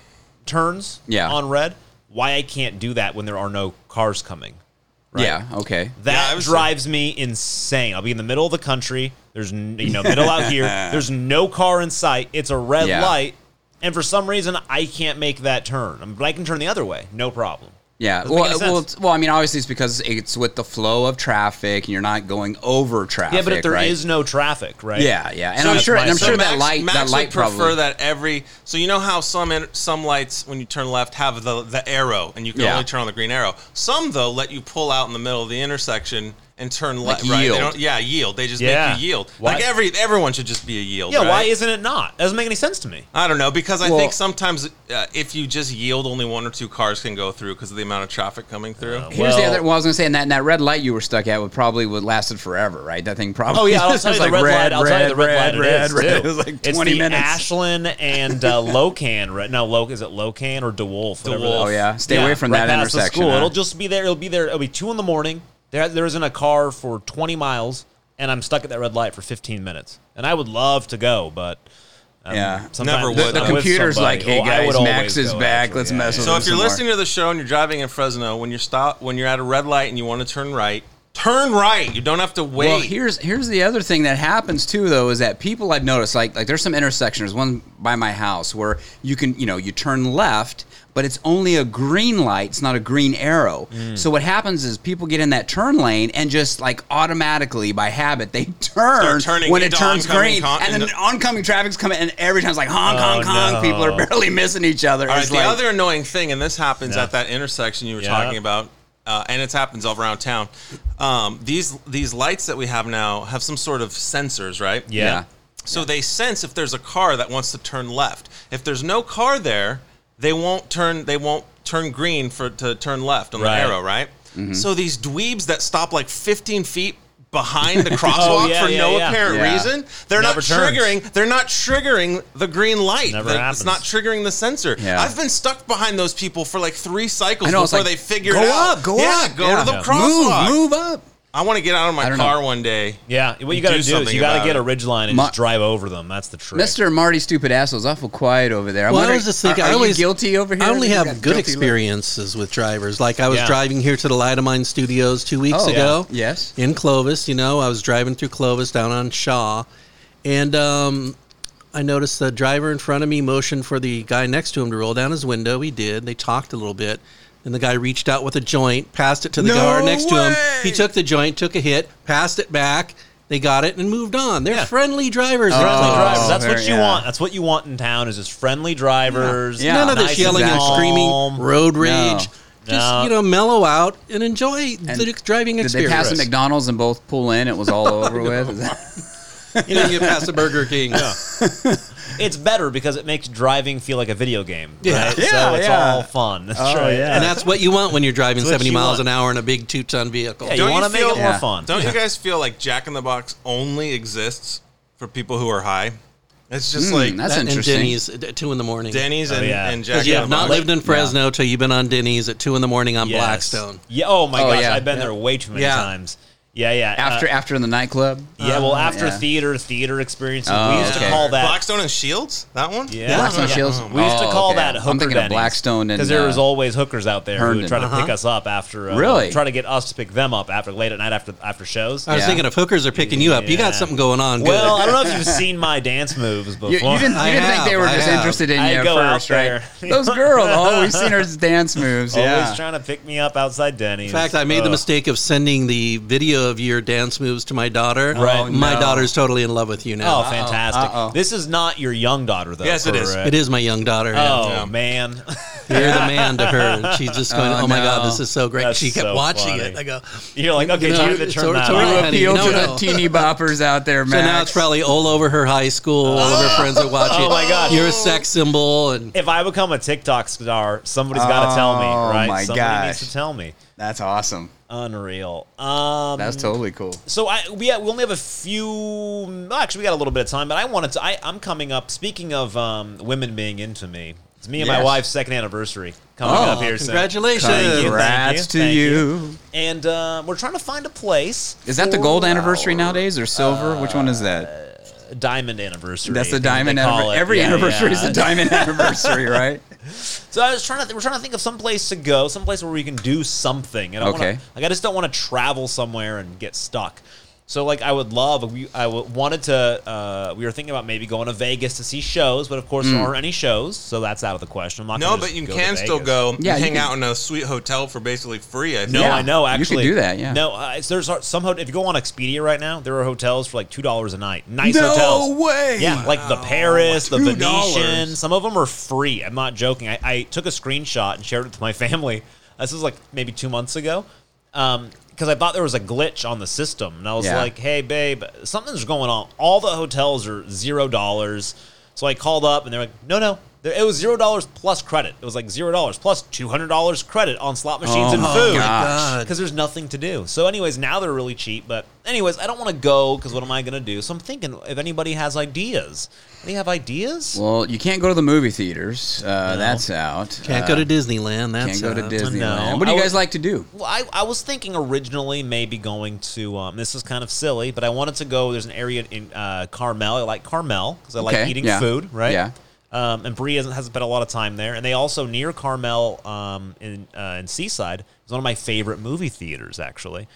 A: turns.
B: Yeah.
A: On red. Why I can't do that when there are no cars coming.
B: Yeah. Okay.
D: Yeah,
A: That
D: I was
A: drives me insane. I'll be in the middle of the country. There's n- you know middle out
B: (laughs)
A: here. There's no car in sight. It's a red
B: Yeah.
A: light, and for some reason I can't make that turn. Um, But I can turn the other way, no problem.
B: Yeah.
A: Doesn't make
B: Well,
A: any
B: well,
A: sense.
B: it's- well. I mean, obviously, it's because it's with the flow of traffic, and you're not going over traffic.
A: Yeah, but if there is
B: right?
A: no traffic, right?
B: Yeah, yeah, and
A: So
B: I'm
A: that's
B: sure,
A: why
B: and I'm
A: it's-
B: sure
A: So
B: that light,
D: Max
B: that light
D: would prefer
B: probably.
D: that every. So you know how some in- some lights when you turn left have the the arrow and you can
B: Yeah.
D: only turn on the green arrow. Some though let you pull out in the middle of the intersection and turn
B: Like
D: left. Right? They
B: yield.
D: don't, yeah, yield. They just
A: Yeah.
D: make you yield.
A: Why-
D: Like every everyone should just be a yield.
A: Yeah, why
D: right?
A: isn't it not? That doesn't make any sense to me.
D: I don't know because I
B: Well-
D: think sometimes uh, if you just yield, only one or two cars can go through because of the amount of traffic coming through.
B: Here's the
A: Well-
B: other. Well, I was gonna say, and that, and that red light you were stuck at would probably would lasted forever, right? That thing probably.
A: Oh (laughs) yeah,
B: (laughs)
A: I'll
B: was
A: tell you the red, light. I'll tell you the red, light. it is too.
B: (laughs) It was like
A: it's
B: twenty
A: the
B: minutes.
A: Ashland and uh, Locan. Right now, Lo, is it Locan or DeWolf? whatever
D: DeWolf.
A: that-
B: Oh yeah, stay away from
A: right
B: that
A: past the
B: intersection.
A: school.
B: huh?
A: It'll just be there. It'll be there. It'll be two in the morning. There, there isn't a car for 20 miles, and I'm stuck at that red light for 15 minutes. And I would love to go, but um,
B: Yeah.
A: sometimes
D: Never would.
A: I'm
D: The
A: with
B: computer's
A: somebody
B: like,
A: who
B: "Hey,
A: I would
B: guys,
A: always
B: Max is
A: go,
B: back.
A: actually.
B: Let's
A: Yeah,
B: mess
A: yeah.
B: with
D: So if you're
B: Some more.
D: listening to the show and you're driving in Fresno, when you're stop when you're at a red light and you want to turn right, turn right. You don't have to wait.
B: Well, here's here's the other thing that happens too, though, is that people I've noticed like like there's some intersections, there's one by my house where you can you know you turn left, but it's only a green light, it's not a green arrow.
D: Mm.
B: So what happens is people get in that turn lane and just like automatically by habit they turn
D: Start turning
B: when it
D: into
B: turns
D: oncoming
B: green,
D: con-
B: and then oncoming traffic's coming, and every time it's like honk honk
A: Oh,
B: honk, people
A: no.
B: are barely missing each other.
D: All right,
B: It's
D: the
B: like-
D: other annoying thing, and this happens
A: Yeah.
D: at that intersection you were
A: Yeah.
D: talking about, uh, and it happens all around town. Um, these these lights that we have now have some sort of sensors, right?
A: Yeah.
B: yeah.
D: So they sense if there's a car that wants to turn left. If there's no car there, they won't turn. They won't turn green for to turn left on
A: Right.
B: Mm-hmm.
D: the arrow, right? So these dweebs that stop like 15 feet
B: (laughs)
D: behind the crosswalk
A: yeah,
D: for
A: yeah,
D: no
A: yeah.
D: apparent
B: Oh, Yeah.
D: reason. They're
A: Never
D: not
A: turns.
D: triggering. They're not triggering the green light.
A: Never
D: The-
A: happens.
D: it's not triggering the sensor.
B: Yeah.
D: I've been stuck behind those people for like three cycles
B: I know, it's
D: before
B: like,
D: they figure
B: go
D: it out.
B: up, go
D: yeah,
B: up.
D: go
B: Yeah.
D: to the
A: Yeah.
D: crosswalk.
B: Move, move up.
D: I want to get out of
B: I
D: my
B: don't
D: car
B: know.
D: one day.
A: Yeah, what you got to do,
D: do
A: is
D: something
A: you got to
D: about
A: get
D: it.
A: a ridge line and
B: My-
A: just drive over them. That's the trick.
B: Mr. Marty Stupid Asshole's awful quiet over there. I'm
C: Well, I
B: wondering,
C: was just
B: are,
C: thinking. I
B: are you
C: always
B: guilty over here.
C: I only
B: You
C: have
B: got
C: good
B: guilty look.
C: experiences with drivers. Like I was
A: Yeah.
C: driving here to the Light of Mine Studios two weeks
B: Oh,
C: ago.
B: yeah. Yes.
C: in Clovis. You know, I was driving through Clovis down on Shaw, and um, I noticed the driver in front of me motioned for the guy next to him to roll down his window. He did. They talked a little bit. And the guy reached out with a joint, passed it to the
B: No
C: guy next to him.
B: way!
C: He took the joint, took a hit, passed it back. They got it and moved on. They're
A: Yeah.
C: friendly drivers.
B: Oh,
A: Friendly
C: They're
A: drivers.
B: Oh,
A: That's what
B: very-
A: you
B: yeah.
A: want. That's what you want in town is just friendly drivers.
B: Yeah.
C: None of this
A: nice
C: yelling and
B: exactly.
C: screaming,
A: calm.
C: road rage. Just
A: No.
C: you know, mellow out and enjoy the driving
B: Did they
C: experience.
B: pass a McDonald's and both pull in? It was
C: (laughs)
B: all over with.
C: you know, you pass a Burger King.
A: It's better because it makes driving feel like a video game.
C: Yeah.
A: right?
B: Yeah,
A: so it's
B: yeah.
A: all fun. (laughs) That's
B: Oh,
A: right.
B: yeah.
C: And that's what you want when you're driving
A: That's what
C: 70
A: you
C: miles
A: want.
C: an hour in a big two ton vehicle.
A: Yeah, you
D: Don't
A: want to
D: you
A: make it
D: feel-
A: more
B: Yeah.
A: fun.
D: Don't you guys feel like Jack in the Box only exists for people who are high? It's just
B: Hmm,
D: like
B: that's
C: That and
B: interesting.
C: Denny's at 2 in the morning.
D: Denny's
A: Oh,
D: and,
A: yeah.
D: and Jack
C: Because you
D: in
C: have
D: the
C: not
D: Box.
C: lived in Fresno till you've been on Denny's at 2 in the morning on
A: Yes.
C: Blackstone.
A: Yeah. Oh my
B: Oh,
A: gosh,
B: yeah.
A: I've been
B: Yeah.
A: there way too many
C: Yeah.
A: times. Yeah, yeah. Uh,
B: after after in the nightclub. Uh,
A: yeah, well, after
B: yeah.
A: theater, theater experiences. we
B: Oh,
A: used to
B: okay.
A: call that.
D: Blackstone and Shields. That one.
A: Yeah.
B: Blackstone Shields.
A: We used to
B: Oh,
A: call
B: okay.
A: that
B: I'm
A: hooker
B: thinking of Blackstone and
A: because there
B: uh,
A: was always hookers out there who would
B: Herndon.
A: try to pick
C: Uh-huh.
A: us up after uh,
B: Really?
A: try to get us to pick them up after late at night after after shows.
C: I was
B: Yeah.
C: thinking if hookers are picking you up, you got
A: Yeah.
C: something going on. Good.
A: Well, I don't know if you've seen my dance moves before.
B: You,
A: (laughs)
B: you didn't,
C: I
B: you didn't
C: have,
B: think they were
C: I
B: just
C: have.
B: interested in
A: I
B: you at
A: go out
B: first, right?
A: there.
C: (laughs)
B: Those girls, oh, we've seen her dance moves.
A: always
B: Yeah.
A: trying to pick me up outside Denny's.
C: in fact, I made the
A: Ugh.
C: mistake of sending the video of your dance moves to my daughter.
A: Right. Oh,
C: My
B: no.
C: daughter's totally in love with you
A: Oh,
C: now.
A: fantastic!
B: uh-oh.
A: This is not your young daughter, though.
D: Yes, it is.
A: correct?
C: It is my young daughter.
A: Oh
D: Yeah.
A: man, (laughs)
C: You're the man to her. And she's just going, oh,
B: Oh,
C: my
B: no.
C: God, this is so great.
A: That's
C: she kept
A: so
C: watching
A: funny.
C: it. I go,
A: you're like okay,
C: You
A: you
C: know,
A: need to
C: it's
A: turn
C: all-
A: that
C: it's all
A: on.
C: right.
B: You
C: honey,
B: appeal
C: you know
B: to the
C: what?
B: teeny boppers out there,
C: (laughs) So
B: Max.
C: now it's probably all over her high school, all of her friends are watching.
A: Oh my gosh.
C: You're a sex symbol, and
A: If I become a TikTok star, somebody's got to tell me,
B: Oh,
A: right?
B: my
A: Somebody needs
B: gosh.
A: to tell me.
B: That's awesome.
A: Unreal. Um,
B: That's totally cool.
A: So I we, we only have a few. well, Actually, we got a little bit of time, but I wanted to. I, I'm coming up. Speaking of um, women being into me, it's me and my
B: Yes.
A: wife's second anniversary coming
B: Oh,
A: up here. soon.
C: congratulations.
A: Thank you, thank
B: Congrats to
A: thank
B: you.
A: And uh, we're trying to find a place.
B: Is that the gold
A: for
B: anniversary
A: our
B: nowadays or silver? Which one is that?
A: Diamond anniversary.
B: That's
A: I
B: the
A: think
B: diamond
A: Uh, they call
B: anniversary.
A: it.
B: Every
A: Yeah,
B: anniversary
A: yeah.
B: is
A: (laughs)
B: a diamond anniversary, right?
A: So I was trying to. Th- we're trying to think of some place to go, some place where we can do something. And I
B: Okay.
A: Wanna, like I just don't want to travel somewhere and get stuck. So like I would love. We I w- wanted to. Uh, we were thinking about maybe going to Vegas to see shows, but of course
B: Hmm.
A: there aren't any shows, so that's out of the question. I'm not.
D: No,
A: gonna
D: but
A: just
D: you
A: go
D: can
A: to
D: still
A: Vegas.
D: go
B: Yeah,
D: and
B: you
D: hang
B: can-
D: out in a sweet hotel for basically free. I
A: No,
D: think.
B: Yeah.
A: I know.
B: You could
A: Actually,
B: do that, yeah.
A: No, uh, there's are- some hotel. If you go on Expedia right now, there are hotels for like two dollars a night. Nice
B: No
A: hotels.
B: way!
A: Yeah, like the Paris, the
B: $2.
A: Venetian. Some of them are free. I'm not joking. I, I took a screenshot and shared it with my (laughs) family. This was like maybe two months ago, because I thought there was a glitch on the system, and I was
B: Yeah.
A: like, "Hey, babe, something's going on. All the hotels are zero dollars." So I called up, and they're like, "No, no." There- It was zero dollars plus credit. It was like zero dollars plus two hundred dollars credit on slot machines
B: Oh
A: and
B: my
A: food
C: God.
A: because there's nothing to do. So, anyways, now they're really cheap. But, anyways, I don't want to go because what am I going to do? So, I'm thinking if anybody has ideas. Do you have ideas?
B: Well, you can't go to the movie theaters. Uh, That's out.
C: can't
B: Uh,
C: go to Disneyland. That's uh,
B: Can't go to
C: out.
B: Disneyland.
A: No.
B: What
A: I
B: do you
A: would-
B: guys like to do?
A: Well, I, I was thinking originally maybe going to. Um, this is kind of silly, but I wanted to go. There's an area in uh, Carmel. I like Carmel because I like
B: Okay,
A: eating
B: yeah.
A: food, right?
B: Yeah.
A: Um, and Bree hasn't, hasn't spent a lot of time there. And they also near Carmel um, in uh, in Seaside is one of my favorite movie theaters, actually.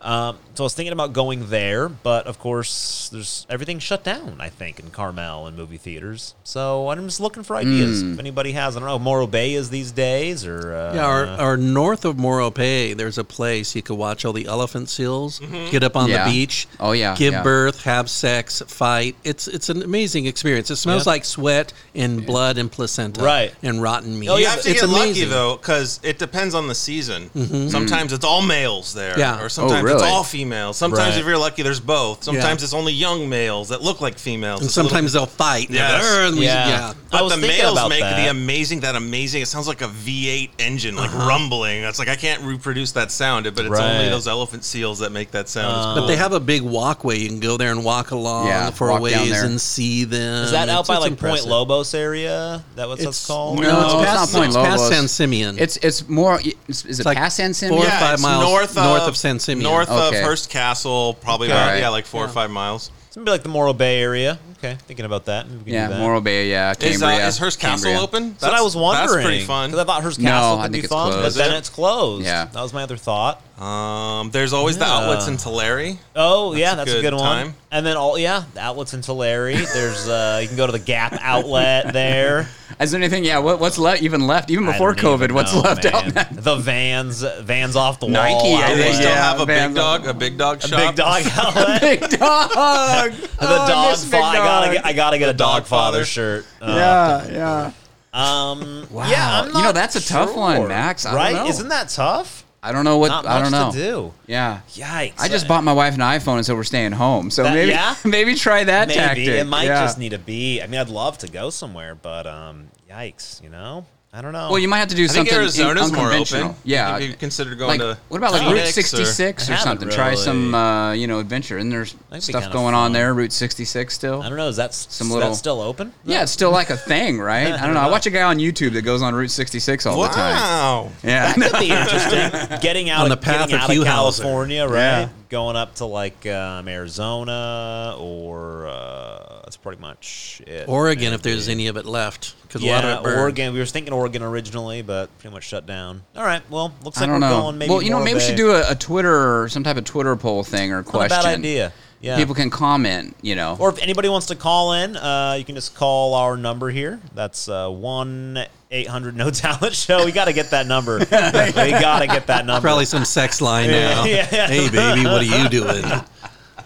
A: Um, so I was thinking about going there, but of course, there's everything shut down. I think in Carmel and movie theaters. So I'm just looking for ideas.
B: Hmm.
A: If anybody has, I don't know, Morro Bay is these days, or uh,
C: Yeah, or, or north of Morro Bay, there's a place you could watch all the elephant seals get up on
B: Yeah.
C: the beach.
B: Oh, yeah,
C: give
B: yeah.
C: birth, have sex, fight. It's it's an amazing experience. It smells
A: Yeah.
C: like sweat and blood and placenta,
A: Right.
C: And rotten meat.
A: Oh,
D: You
A: yeah,
D: have to
C: it's
D: get lucky
C: amazing.
A: Mm-hmm.
D: though, because it depends on the season. Sometimes it's all males there,
C: Yeah.
D: or sometimes
B: Mm-hmm. Oh, Really?
D: It's all females. Sometimes
A: Right.
D: if you're lucky, there's both. Sometimes it's only young males that look like females.
C: And
D: It's a little-
C: sometimes they'll fight. and
D: Yes.
C: they'll- and we-
A: Yeah.
C: yeah.
A: I
D: But
A: was
D: the
A: thinking
D: males
A: about
D: make
A: that.
D: the amazing that amazing. It sounds like a V8 engine, like rumbling. That's like I can't reproduce that sound, but it's
A: Right.
D: only those elephant seals that make that sound. It's
C: But
D: cool.
C: they have a big walkway. You can go there and walk along
B: Um, Yeah,
C: for
B: walk
C: a
B: down
C: ways
B: there.
C: and see them.
A: Is that out
C: It's-
A: by
C: it's
A: like
C: impressive.
A: Point Lobos area? That what that's called?
B: No,
C: No, it's
B: it's
C: past,
B: not Point
C: it's past
B: Lobos.
C: San Simeon.
B: It's it's more. It's, is it
C: like
B: past San Simeon?
C: four or
D: yeah,
C: five
D: it's
C: miles
D: north of,
C: north of San Simeon.
D: north
B: Okay.
D: of Hearst Castle, probably
B: Okay.
D: about,
B: Alright.
D: yeah, like four or five miles.
A: It's gonna be like the Morro Bay area. Okay, thinking about that. Maybe we can do
B: Yeah,
A: that.
B: Morro Bay. Yeah,
D: Is, uh,
B: Cambria.
D: is Hearst Castle
B: Cambria.
D: open?
A: That's what I was wondering.
D: That's pretty fun.
A: because I thought Hearst
B: No,
A: Castle
B: I
A: could be
B: think it's
A: fun,
B: closed.
A: but then it's closed.
B: Yeah.
A: that was my other thought.
D: Um, there's always the outlets
A: Yeah.
D: in Tulare.
A: Oh yeah, that's a good,
D: good
A: one.
D: time.
A: And then all yeah, the outlets in Tulare. There's uh, you can go to the Gap outlet there.
B: Is there anything? Yeah. What, what's left? Even left? Even
A: I
B: (laughs) before
A: don't even
B: COVID, what's
A: know,
B: left
A: man.
B: out?
A: The Vans, Vans off the
B: Nike,
A: wall.
B: I
D: Do
B: think,
D: they still
A: outlet.
B: yeah,
D: have a
B: man.
D: big dog, a big dog shop.
A: Big dog (laughs) outlet.
B: (laughs) Big dog.
D: (laughs)
A: The
B: the
A: dog, fa- I gotta, get, I gotta get a dog,
D: dog
A: father,
D: father.
A: shirt. Uh,
B: yeah, yeah.
A: Um.
B: Wow.
A: Yeah, I'm
B: You know,
A: not
B: that's a tough
A: sure.
B: one, Max. I don't
A: right?
B: know.
A: Isn't that tough?
B: I don't know what.
A: Not
B: I don't know.
A: much to do.
B: Yeah.
A: Yikes!
B: I just bought my wife an iPhone, and so we're staying home. So
A: That-
B: maybe,
A: yeah?
B: (laughs) maybe try that
A: Maybe
B: tactic.
A: it might
B: Yeah.
A: just need to be. I mean, I'd love to go somewhere, but um, yikes! You know, I don't know.
B: Well, you might have to do
D: I
B: something
D: think Arizona's
B: in-
D: more
B: unconventional.
D: open.
B: Yeah.
D: Maybe consider going
B: Like,
D: to
B: what about like Route
D: Phoenix or-
B: 66
A: I
B: or,
A: haven't
B: something? Try some,
A: really.
B: uh, you know, adventure. And there's
A: That'd be
B: stuff
A: kinda
B: going on
A: fun.
B: there. Route 66 still.
A: I don't know. Is that some
B: Some
A: little,
B: little-
A: that still open?
B: Yeah, it's still like a thing, right? I don't know. I watch a guy on YouTube that goes on Route 66 all the time.
D: Wow.
B: (laughs) Yeah.
A: That'd be interesting. Getting out
C: On
A: of,
C: the path
A: getting
C: of
A: out of
C: Hugh Hauser.
A: California, right?
B: Yeah.
A: Going up to like um, Arizona or uh, that's pretty much it.
C: Oregon, if there's any of it left, because a lot
A: yeah,
C: of it burned.
A: Oregon. We were thinking Oregon originally, but pretty much shut down. All right. Well, looks
B: I
A: like
B: don't
A: we're
B: know.
A: going maybe.
B: Well, you know,
A: more
B: maybe we
A: of
B: should
A: a-
B: do a, a Twitter or some type of Twitter poll thing or
A: Not a
B: question.
A: bad idea. Yeah.
B: People can comment, you know.
A: Or if anybody wants to call in, uh, you can just call our number here. That's uh, one eight hundred No Talent Show. We got to get that
B: (laughs)
A: number. we got to get that number.
C: Probably some sex line now.
A: (laughs) Yeah.
C: Hey, baby, what are you doing?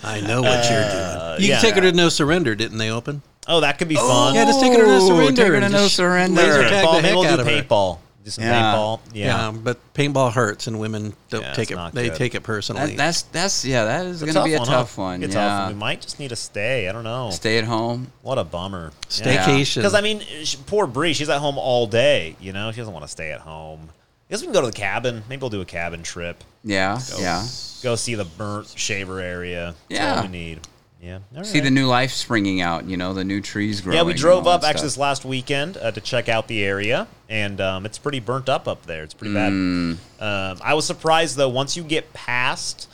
C: I know what you're doing. You
A: Uh, yeah.
C: can take her to No Surrender, didn't they open?
A: Oh, that could be fun.
C: yeah, just take her to No
B: Ooh,
C: Surrender.
B: Take her to
C: and
B: no
C: just
B: surrender.
C: laser
A: Paintball,
C: tag the
A: maybe
C: heck
A: we'll
C: out
A: do
C: of her.
A: paintball. Do some
B: Yeah.
A: paintball. Yeah.
C: Yeah. but paintball hurts, and women don't
A: Yeah,
C: take
A: it's
C: it.
A: not
C: They
A: good.
C: take it
B: That-
C: personally.
B: that's that's yeah. That is
A: It's
B: going to be a
A: huh?
B: tough one.
A: It's a tough
B: yeah.
A: We might just need to stay. I don't know.
B: Stay at home.
A: What a bummer.
C: Staycation.
A: Because I mean, sh poor Bree, she's at home all day. You know, she doesn't want to stay at home. I guess we can go to the cabin. Maybe we'll do a cabin trip.
B: Yeah. Yeah.
A: Go see the burnt shaver area. That's
B: Yeah.
A: all we need. Yeah. All
B: See the
A: right.
B: new life springing out. You know, the new trees growing.
A: Yeah, we
B: and
A: drove
B: all
A: up
B: that
A: actually this
B: stuff.
A: last weekend uh, to check out the area, and um, it's pretty burnt up up there. It's pretty
B: Mm.
A: bad. Um, I was surprised though. Once you get past,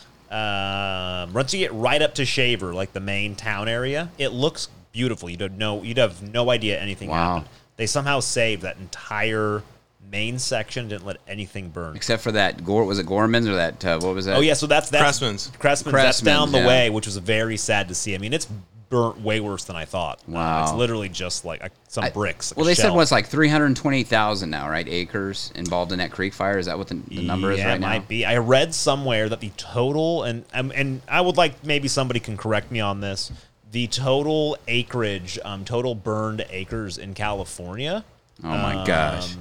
A: um, once you get right up to Shaver, like the main town area, it looks beautiful. You'd have no, you'd have no idea anything
B: Wow.
A: happened. They somehow saved that entire main section. Didn't let anything burn.
B: Except for that, Gore was it Gorman's or that? Uh, what was that?
A: Oh yeah, so that's that's
D: Cressman's.
A: Cressman's, That's
B: Cressman's,
A: down the
B: yeah.
A: way, which was very sad to see. I mean, it's burnt way worse than I thought. Um,
B: Wow.
A: it's literally just like a, some
B: I-
A: bricks. like a
B: Well, they said
A: shell.
B: what's like three hundred twenty thousand now, right? Acres involved in that creek fire. Is that what the, the number is
A: yeah,
B: right
A: it
B: now?
A: might be. I read somewhere that the total and um, and I would like maybe somebody can correct me on this. The total acreage, um, total burned acres in California,
B: Oh my
A: Um,
B: gosh.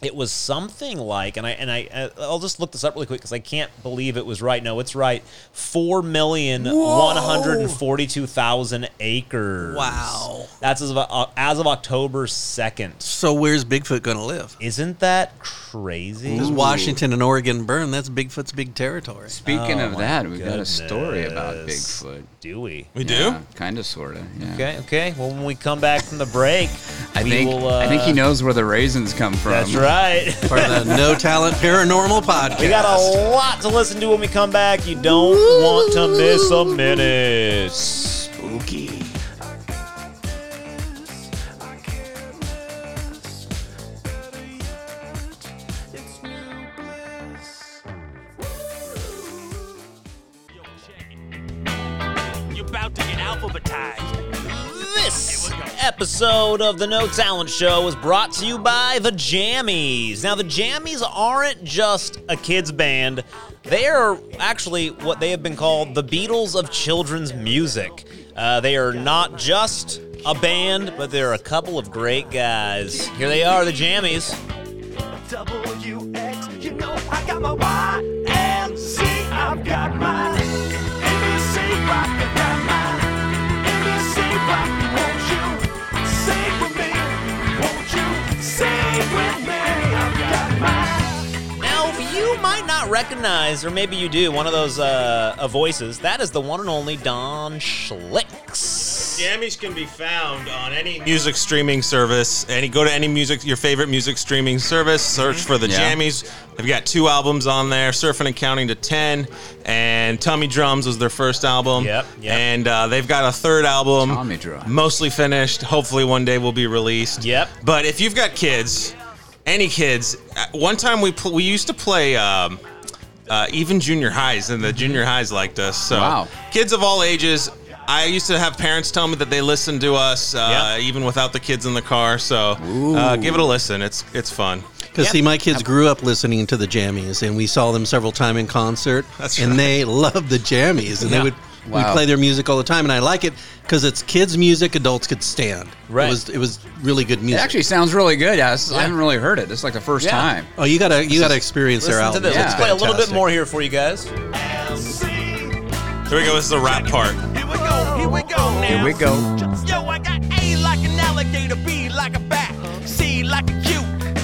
A: it was something like, and I and I uh, I'll just look this up really quick because I can't believe it was right. No, it's right. Four million one hundred and forty-two thousand acres.
C: Wow.
A: that's as of uh, as of October second.
C: so where's Bigfoot going to live?
A: Isn't that crazy?
C: Because Washington and Oregon burn. That's Bigfoot's big territory.
B: Speaking
A: Oh
B: of
A: my
B: that, we've got a story about
A: goodness.
B: Bigfoot.
A: Do we?
D: We
B: Yeah,
D: do.
B: kind of, sort of. Yeah.
A: Okay, okay. Well, when we come back from the break,
B: I
A: we
B: think
A: will, uh,
B: I think he knows where the raisins come from.
A: That's right. (laughs)
C: For the No Talent Paranormal Podcast.
A: we got a lot to listen to when we come back. You don't want to miss a minute. Spooky.
E: You're about to get alphabetized.
A: This episode of the No Talent Show is brought to you by The Jammies. Now, The Jammies aren't just a kids' band, they are actually what they have been called the Beatles of children's music. Uh, they are not just a band, but they're a couple of great guys. Here they are, The Jammies.
E: W X, you know I got my Y and Z. I've got
A: recognize, or maybe you do, one of those uh, uh, voices. That is the one and only Don Schlicks.
D: Jammies can be found on any music streaming service. Any go to any music your favorite music streaming service, search for the
B: Yeah.
D: Jammies. They've got two albums on there, Surfing and Counting to Ten, and Tummy Drums was their first album.
A: Yep, yep.
D: And uh, they've got a third album,
B: Tummy Drums.
D: mostly finished. Hopefully, one day will be released.
A: Yep.
D: But if you've got kids, any kids, uh, one time we pl- we used to play. Um, uh, even junior highs, and the junior highs liked us. So
B: Wow.
D: kids of all ages. I used to have parents tell me that they listen to us uh,
A: Yeah.
D: even without the kids in the car. So uh, give it a listen. It's it's fun.
C: Because see, my kids grew up listening to the Jammies, and we saw them several times in concert,
D: That's
C: and
D: right.
C: they loved the Jammies, and
A: Yeah.
C: they would we
B: Wow.
C: play their music all the time, and I like it because it's kids' music adults could stand.
A: Right.
C: It was it was really good
B: It
C: music.
B: actually sounds really good. Yeah, this is- I haven't really heard it. This is like the first
A: Yeah.
B: time.
C: oh, you gotta you gotta experience their
A: Listen to
C: album.
A: this.
B: Yeah.
A: Let's play a little bit
C: Fantastic.
A: more here for you guys.
D: Here we go. This is the rap part.
E: Here we go, here we go now.
B: Here we go.
E: Yo, I got A like an alligator, B like a bat, C like a cute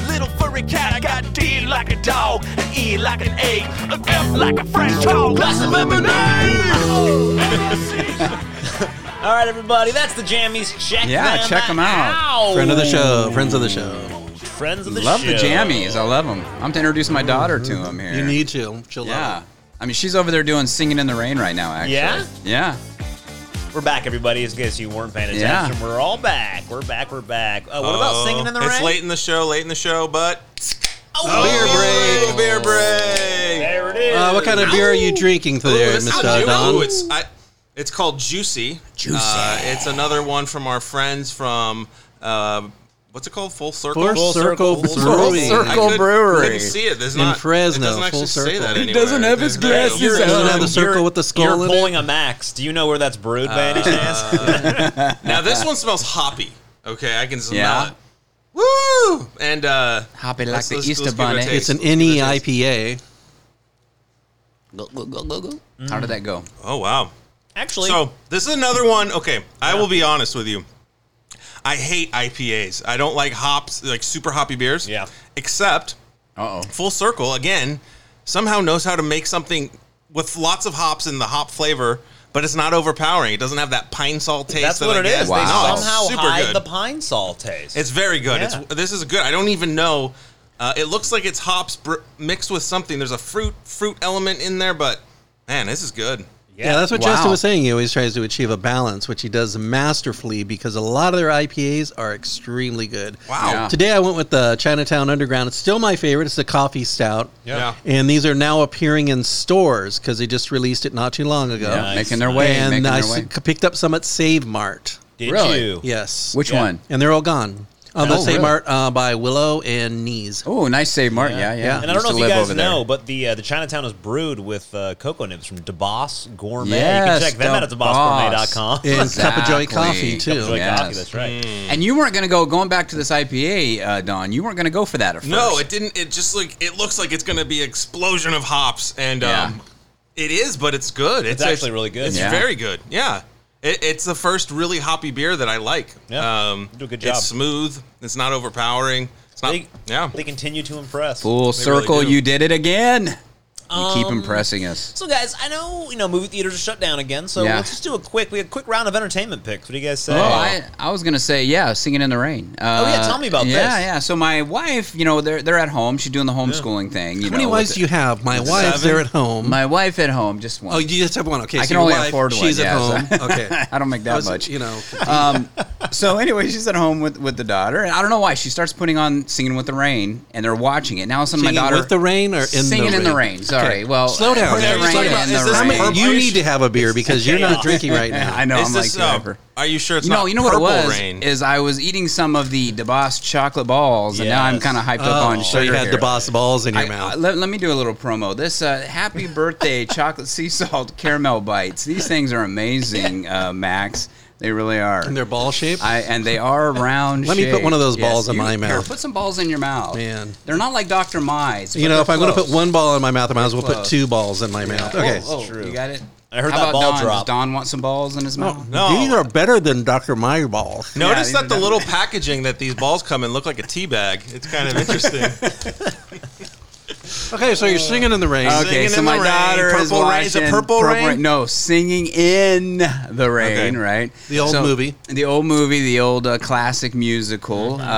E: little furry cat. I got D like a dog, an E like an egg, an F like a French toad. Glass of lemonade.
A: All right, everybody, that's the Jammies. Check
B: Yeah,
A: them
B: check 'em out.
C: Friend of the show, friends of the show.
A: Friends of the
B: Love
A: show.
B: the jammies. I love them. I'm to introduce my daughter to them here.
C: You need to. She'll
B: yeah.
C: love
B: I mean, she's over there doing singing in the rain right now. Actually.
A: Yeah?
B: Yeah.
A: We're back, everybody. In case you weren't paying
B: Yeah.
A: attention, we're all back. We're back. We're back. Uh, what about
D: Oh,
A: singing in the rain?
D: It's late in the show. Late in the show, but Oh,
B: Beer break.
D: Beer break.
A: There it is.
C: it. Uh, what kind of beer are you drinking today,
D: Ooh, this is
C: Mr.
D: new.
C: Don?
D: Ooh, it's I, it's called Juicy. Juicy. Uh, it's another one from our friends from uh, what's it called? Full Circle.
C: Full Circle Brewing.
B: Circle.
D: I could-
B: Brewery.
D: couldn't see it. There's
C: In
D: not,
C: Fresno,
D: It doesn't
C: Full
D: actually say
C: Circle.
D: that
C: He
D: anywhere.
B: doesn't have his
D: There's
B: glasses
D: no-
B: on.
C: Doesn't have the circle
A: You're-
C: with the skull
A: You're
C: in it?
A: pulling a max. Do you know where that's brewed by any chance?
D: Now this one smells hoppy. Okay, I can smell
B: Yeah.
D: it. Woo! And uh,
B: Hoppy like
D: let's-
B: the
D: let's-
B: Easter
D: let's give it a
B: bunny.
D: taste.
C: It's an E
D: Let's give it a
C: NE
D: taste.
C: IPA.
B: How did that go?
D: Oh wow!
A: Actually,
D: So this is another one. Okay, I will be honest with you. I hate IPAs. I don't like hops, like super hoppy beers.
A: Yeah.
D: Except
B: Uh oh.
D: Full Circle again somehow knows how to make something with lots of hops and the hop flavor, but it's not overpowering. It doesn't have that pine salt taste.
A: that's
D: that
A: what
D: I
A: it
D: get.
A: is. They
B: Wow.
D: it's
A: somehow
D: super
A: hide
D: good.
A: the pine sol taste.
D: It's very good.
A: Yeah.
D: It's this is good. I don't even know. Uh, it looks like it's hops br- mixed with something. There's a fruit fruit element in there, but man, this is good.
C: Yeah, that's what Justin
B: Wow.
C: was saying. He always tries to achieve a balance, which he does masterfully because a lot of their IPAs are extremely good.
D: Wow.
B: Yeah.
C: Today I went with the Chinatown Underground. It's still my favorite. It's the coffee stout.
D: Yeah.
C: And these are now appearing in stores because they just released it not too long ago.
B: Yeah,
A: Nice.
B: making their way. making
C: And
B: their
C: I
B: way.
C: s- picked up some at Save Mart.
A: Did
B: Really?
A: you?
C: Yes.
B: Which
A: Yeah.
B: one?
C: And they're all gone. Um,
B: Oh,
C: at Save
B: really?
C: Mart uh, by Willow and Knees.
B: Oh, nice save, Mark. Yeah, yeah.
C: Yeah.
A: And I don't
B: Used
A: know
B: to
A: if you
B: live
A: guys
B: over there.
A: know, but the uh, the Chinatown is brewed with uh, cocoa nibs from DeBoss Gourmet.
B: Yes,
A: you can check them out at DeBossGourmet.com.
C: Yeah. And Cup of Joy coffee,
B: Exactly.
C: too. Cup of
A: Enjoy
B: Yes.
A: coffee, that's right.
B: And you weren't going to go. Going back to this IPA, uh, Don. You weren't going to go for that at first.
D: No, it didn't. It just like it looks like it's gonna be explosion of hops, and
B: Yeah.
D: um, it is, but it's good. It's,
A: actually really good.
D: It's
B: Yeah.
D: very good. Yeah, it, it's the first really hoppy beer that I like.
A: Yeah.
D: um,
A: You do a good job.
D: It's smooth. It's not overpowering. It's not.
A: They,
D: yeah,
A: they continue to impress.
B: full
D: They really
B: circle.
D: do.
B: you did it again. You keep impressing us.
A: So, guys, I know you know movie theaters are shut down again, so
B: Yeah.
A: let's just do a quick we had a quick round of entertainment picks. What do you guys say?
B: Oh, I, I was gonna say yeah, singing in the rain.
C: Oh,
B: Uh,
A: yeah, tell me about
B: yeah,
A: this.
B: Yeah, So my wife, you know, they're they're at home. She's doing the homeschooling thing. You
C: How many
B: know,
C: wives
B: with
C: do you have? My wives,
D: Seven.
C: they're at home.
B: My wife at home just one.
C: oh, you just have one. Okay.
B: I
C: so
B: can
C: your
B: only
C: wife,
B: afford one,
C: She's at
B: yeah, so- (laughs)
C: home. Okay.
B: I don't make that
C: I was,
B: much. (laughs)
C: You know,
B: um, so anyway, she's at home with, with the daughter, and I don't know why she starts putting on "Singing with the Rain," and they're watching it. Now, some of my
C: singing
B: daughter
C: with the rain or in
B: singing
C: the
B: in the rain. Sorry,
C: Okay.
B: well,
C: slow down.
B: Put
D: Yeah,
B: the
D: you're
B: rain
D: talking about-
B: in
D: is
B: the
D: this
C: How many-
B: rain.
D: purple?
C: you need to have a beer because you're not
A: chaos.
C: drinking right now.
B: (laughs) I know.
D: Is
B: I'm
D: this,
B: like
D: uh,
B: whatever.
D: are you sure it's
B: no,
D: not
B: you know what it
D: purple
B: was
D: rain?
B: is I was eating some of the DeBoss chocolate balls, and now I'm
A: Yes.
B: kind of hyped
C: Oh,
B: up on
C: so
B: sugar.
C: you had
B: here.
C: the boss balls in your
B: I-
C: mouth.
B: I- let, let me do a little promo. This uh, happy
C: (laughs)
B: birthday chocolate sea salt caramel bites. These things are amazing, uh, Max. They really are.
C: and they're ball shaped.
B: I, and they
C: (laughs)
B: are round.
C: Let me put
B: shaped.
C: one of those balls in my
B: here,
C: mouth.
B: put some balls in your mouth.
C: Man.
B: they're not like Dr. Mize.
C: you
B: but
C: know,
B: they're
C: if I'm going to
B: close.
C: put one ball in my mouth, I might as well put
B: Close.
C: two balls in my mouth. Okay.
B: Oh, oh, you got it.
A: I heard
B: How
A: that
B: about
A: ball
B: Don?
A: drop.
B: Does Don want some balls in his mouth?
D: No.
C: These are better than Dr. Meyer balls.
D: Notice
B: Yeah,
D: that the
B: even (laughs)
D: little packaging that these balls come in look like a tea bag. It's kind of interesting.
C: Okay, so you're singing in the rain.
B: Okay,
D: Singing
B: so
D: in
B: my
D: the rain,
B: daughter is
D: purple rain-
B: watching
D: is it purple rain?
B: No, singing in the rain,
D: Okay.
B: right?
C: The old
B: So-
C: movie.
B: the old movie, the old uh, classic musical.
D: Mm-hmm.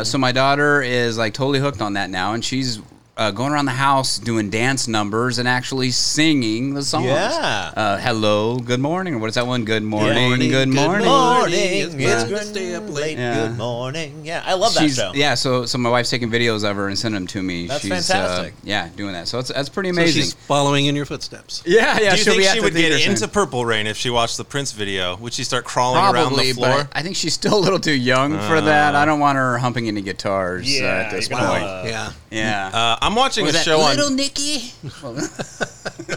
B: Uh, so my daughter is like totally hooked on that now, and she's uh, going around the house doing dance numbers and actually singing the songs.
A: Yeah.
B: Uh, hello, good morning, or what is that one? Good morning, good
C: good
B: morning.
A: morning.
C: It's
A: It's
C: good
A: good
C: to stay up late.
B: Yeah.
A: Good morning. Yeah, I love that
B: She's,
A: show.
B: yeah, so so my wife's taking videos of her and sending them to me.
A: That's
B: she's,
A: fantastic.
B: Uh, yeah, doing that. So it's, that's pretty
C: So
B: amazing.
C: she's following in your footsteps.
B: yeah, yeah.
D: Do you
B: she'll
D: think
B: be at
D: she
B: the
D: would get
B: theater soon.
D: into Purple Rain if she watched the Prince video? Would she start crawling around
B: Probably,
D: the floor? Uh,
B: but I think she's still a little too young for that. I don't want her humping into guitars uh,
A: Yeah,
B: at this
A: you're
B: point.
A: gonna, uh,
C: yeah.
B: yeah.
D: Uh, I'm watching a
B: Was that
D: show on
B: Little Nicky?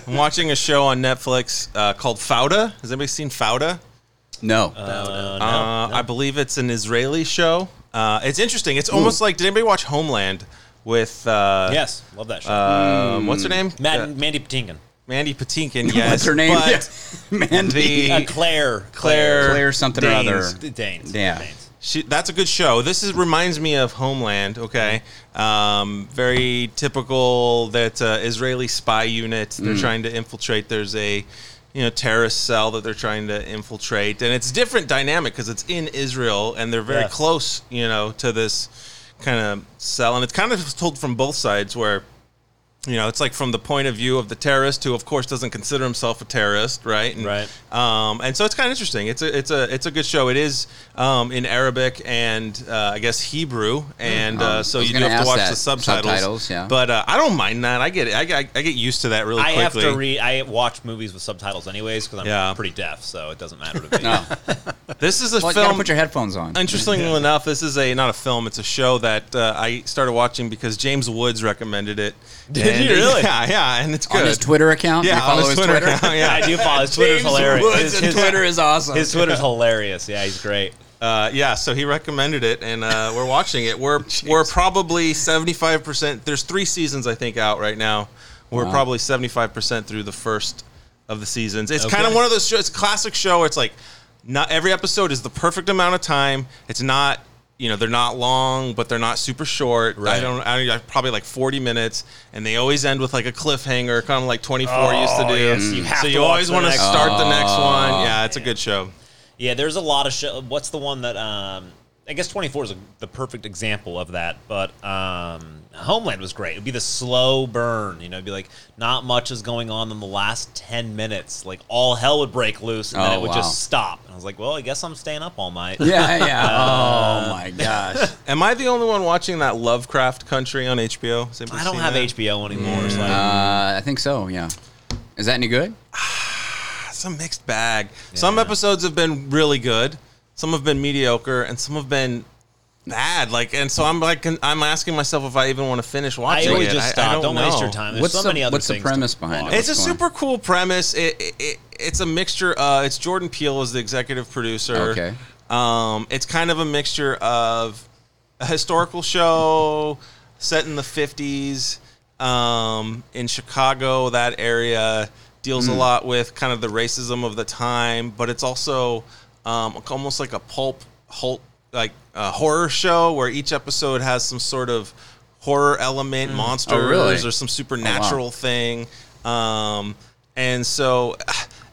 D: I'm (laughs) watching a show on Netflix uh, called Fauda. Has anybody seen Fauda?
B: Oh, no.
A: Uh, no.
D: Uh, I believe it's an Israeli show. Uh, it's interesting. It's almost like did anybody watch Homeland with uh,
A: yes, love that show.
D: um, what's her name?
A: Mad-
D: Uh,
A: Mandy Patinkin.
D: Mandy Patinkin. Yes,
B: Mm. (laughs) What's her name?
D: But
B: Yeah. (laughs) Mandy. (laughs)
D: the-
A: Uh, Claire.
D: Claire-
B: Claire something or
A: Danes.
B: other.
A: D- Danes.
B: Yeah.
A: Danes.
D: She, that's a good show. This is reminds me of Homeland. Okay, um, very typical that uh, Israeli spy unit. They're trying to infiltrate. There's a you know terrorist cell that they're trying to infiltrate, and it's different dynamic because it's in Israel and they're very
A: Yes.
D: close. You know to this kind of cell, and it's kind of told from both sides where. You know, it's like from the point of view of the terrorist, who of course doesn't consider himself a terrorist, right? And,
A: Right.
D: Um, and so it's kind of interesting. It's a it's a it's a good show. It is um, in Arabic and uh, I guess Hebrew, and
B: Oh,
D: uh,
B: I
D: so
B: was
D: you do
B: gonna
D: have
B: ask
D: to watch
B: that.
D: the subtitles.
B: Subtitles, yeah.
D: But uh, I don't mind that. I get it. I, get- I get used to that really
A: I
D: quickly.
A: have to read. I watch movies with subtitles anyways because I'm
D: Yeah.
A: pretty deaf, so it doesn't matter
B: (laughs)
A: to me.
B: No.
D: this is a
B: Well, you gotta
D: film.
B: put your headphones on. (laughs)
D: Interestingly enough, this is a not a film. It's a show that uh, I started watching because James Woods recommended it.
A: Did you really?
D: And- (laughs) Yeah, yeah, and it's good.
B: on his Twitter account?
D: yeah,
B: you follow
D: on his Twitter. account, yeah.
A: (laughs) I do follow his Twitter's
B: James
A: hilarious.
B: Woods
A: his,
B: and
A: his-
B: Twitter is awesome.
A: his Twitter's hilarious. Yeah, he's great.
D: Uh, yeah, so he recommended it, and uh, we're watching
A: (laughs)
D: it. We're we're probably seventy five percent. There's three seasons I think out right now. We're probably seventy five percent through the first of the seasons. It's kind of
A: Okay.
D: one of those shows. It's a classic show. Where it's like not every episode is the perfect amount of time. It's not you know they're not long, but they're not super short. I
A: Right.
D: don't. I don't probably like forty minutes, and they always end with like a cliffhanger, kind of like twenty four used to do.
A: Oh, yes, you have
D: so
A: to
D: you
A: watch
D: always
A: the
D: want to
A: next one. Oh,
D: start the next one. Yeah, it's a good show.
A: Yeah, there's a lot of show. What's the one that? Um, I guess 24 is a, the perfect example of that. But um, Homeland was great. It'd be the slow burn. You know, it'd be like not much is going on in the last 10 minutes. Like all hell would break loose, and then
B: Oh,
A: it would
B: wow.
A: just stop. And I was like, well, I guess I'm staying up all night.
B: yeah,
D: (laughs)
B: yeah. Oh my gosh.
D: Am I the only one watching that Lovecraft Country on HBO? Has anybody
A: I don't
D: seen
A: have
D: that?
A: HBO anymore. so I-
B: Uh, I think so, yeah. Is that any good?
D: It's a mixed bag. Some episodes have been really good, some have been mediocre, and some have been bad. Like, and so I'm like, I'm asking myself if I even want to finish
A: I
D: watching
A: always
D: it.
A: just stop. don't
D: know.
A: waste your time. There's
B: What's
A: so
B: the-
A: many other
B: what's the
A: things to
B: premise behind
A: watch.
B: it?
D: It's a
B: going
D: super cool premise. It, it, it it's a mixture. Uh, it's Jordan Peele is the executive producer.
B: Okay.
D: Um, it's kind of a mixture of a historical show set in the fifties um, in Chicago, that area deals
B: Hmm.
D: a lot with kind of the racism of the time, but it's also um, almost like a pulp, hulk, like a horror show where each episode has some sort of horror element, monsters
B: Hmm. Oh, really?
D: or some supernatural
B: Oh,
D: thing. Um, and so,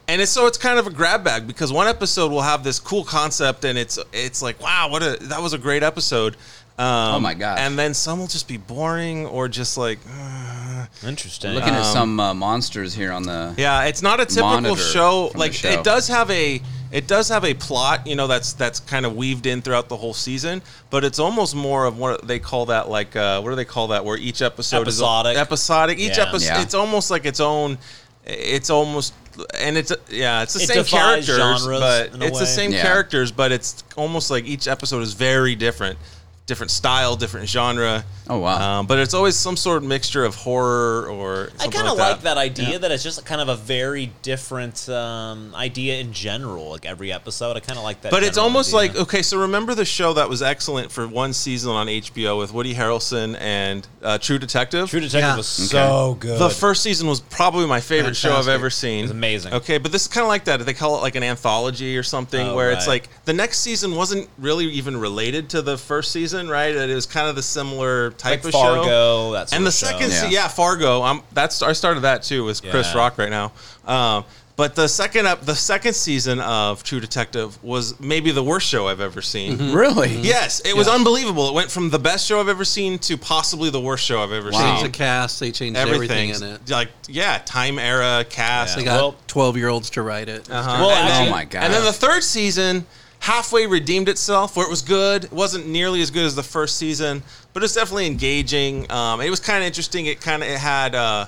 D: and it's so it's kind of a grab bag because one episode will have this cool concept and it's it's like wow, what a that was a great episode. Um,
B: Oh my gosh.
D: And then some will just be boring or just like uh,
A: Interesting.
B: Looking at some uh, monsters here on the.
D: Um, yeah, it's not a typical
B: Monitor
D: show.
B: from the
D: Like
B: show.
D: it does have a it does have a plot, you know, that's that's kind of weaved in throughout the whole season, but it's almost more of what they call that like uh what do they call that where each episode
A: Episodic.
D: is episodic. Each
A: Yeah.
D: episode
B: Yeah.
D: it's almost like its own it's almost and it's yeah, it's the
A: It
D: same
A: defies
D: characters,
A: genres
D: but
A: in a
D: it's the
A: way.
D: same
B: Yeah.
D: characters, but it's almost like each episode is very different, different style, different genre.
B: Oh, wow.
D: Um, but it's always some sort of mixture of horror or
A: I
D: something
A: kind of like
D: that.
A: that idea that it's just kind of a very different um, idea in general. Like every episode, I kind of like that.
D: But it's
A: general
D: almost
A: idea.
D: like okay. So remember the show that was excellent for one season on HBO with Woody Harrelson and uh, True Detective.
A: True Detective
C: Yeah.
A: was
C: Okay.
A: so good.
D: the first season was probably my favorite show I've
C: Fantastic.
D: ever seen.
A: was amazing.
D: Okay, but this is kind of like that. They call it like an anthology or something,
A: Oh,
D: where it's
A: right.
D: like the next season wasn't really even related to the first reason, right? That it was kind of the similar type
A: Like
D: of
A: Fargo,
D: show.
A: that sort
D: and the
A: of show.
D: second,
B: Yeah.
D: se- yeah, Fargo. I'm that's I started that too with Chris
A: Yeah.
D: Rock right now. Um, but the second up, the second season of True Detective was maybe the worst show I've ever seen.
B: Really?
D: Yes, it was unbelievable. It went from the best show I've ever seen to possibly the worst show I've ever
B: Wow.
C: Changed the
D: seen.
C: cast. They changed everything,
D: Everything,
C: in it.
D: like yeah, time era cast. uh-huh.
C: They
A: Yeah.
C: got
A: Well-
C: twelve-year-olds to write it.
A: Well,
D: And then-
A: actually-
B: Oh my god.
D: And then the third season halfway redeemed itself, where it was good. It wasn't nearly as good as the first season, but it's definitely engaging. Um, it was kind of interesting. It kind of it had uh,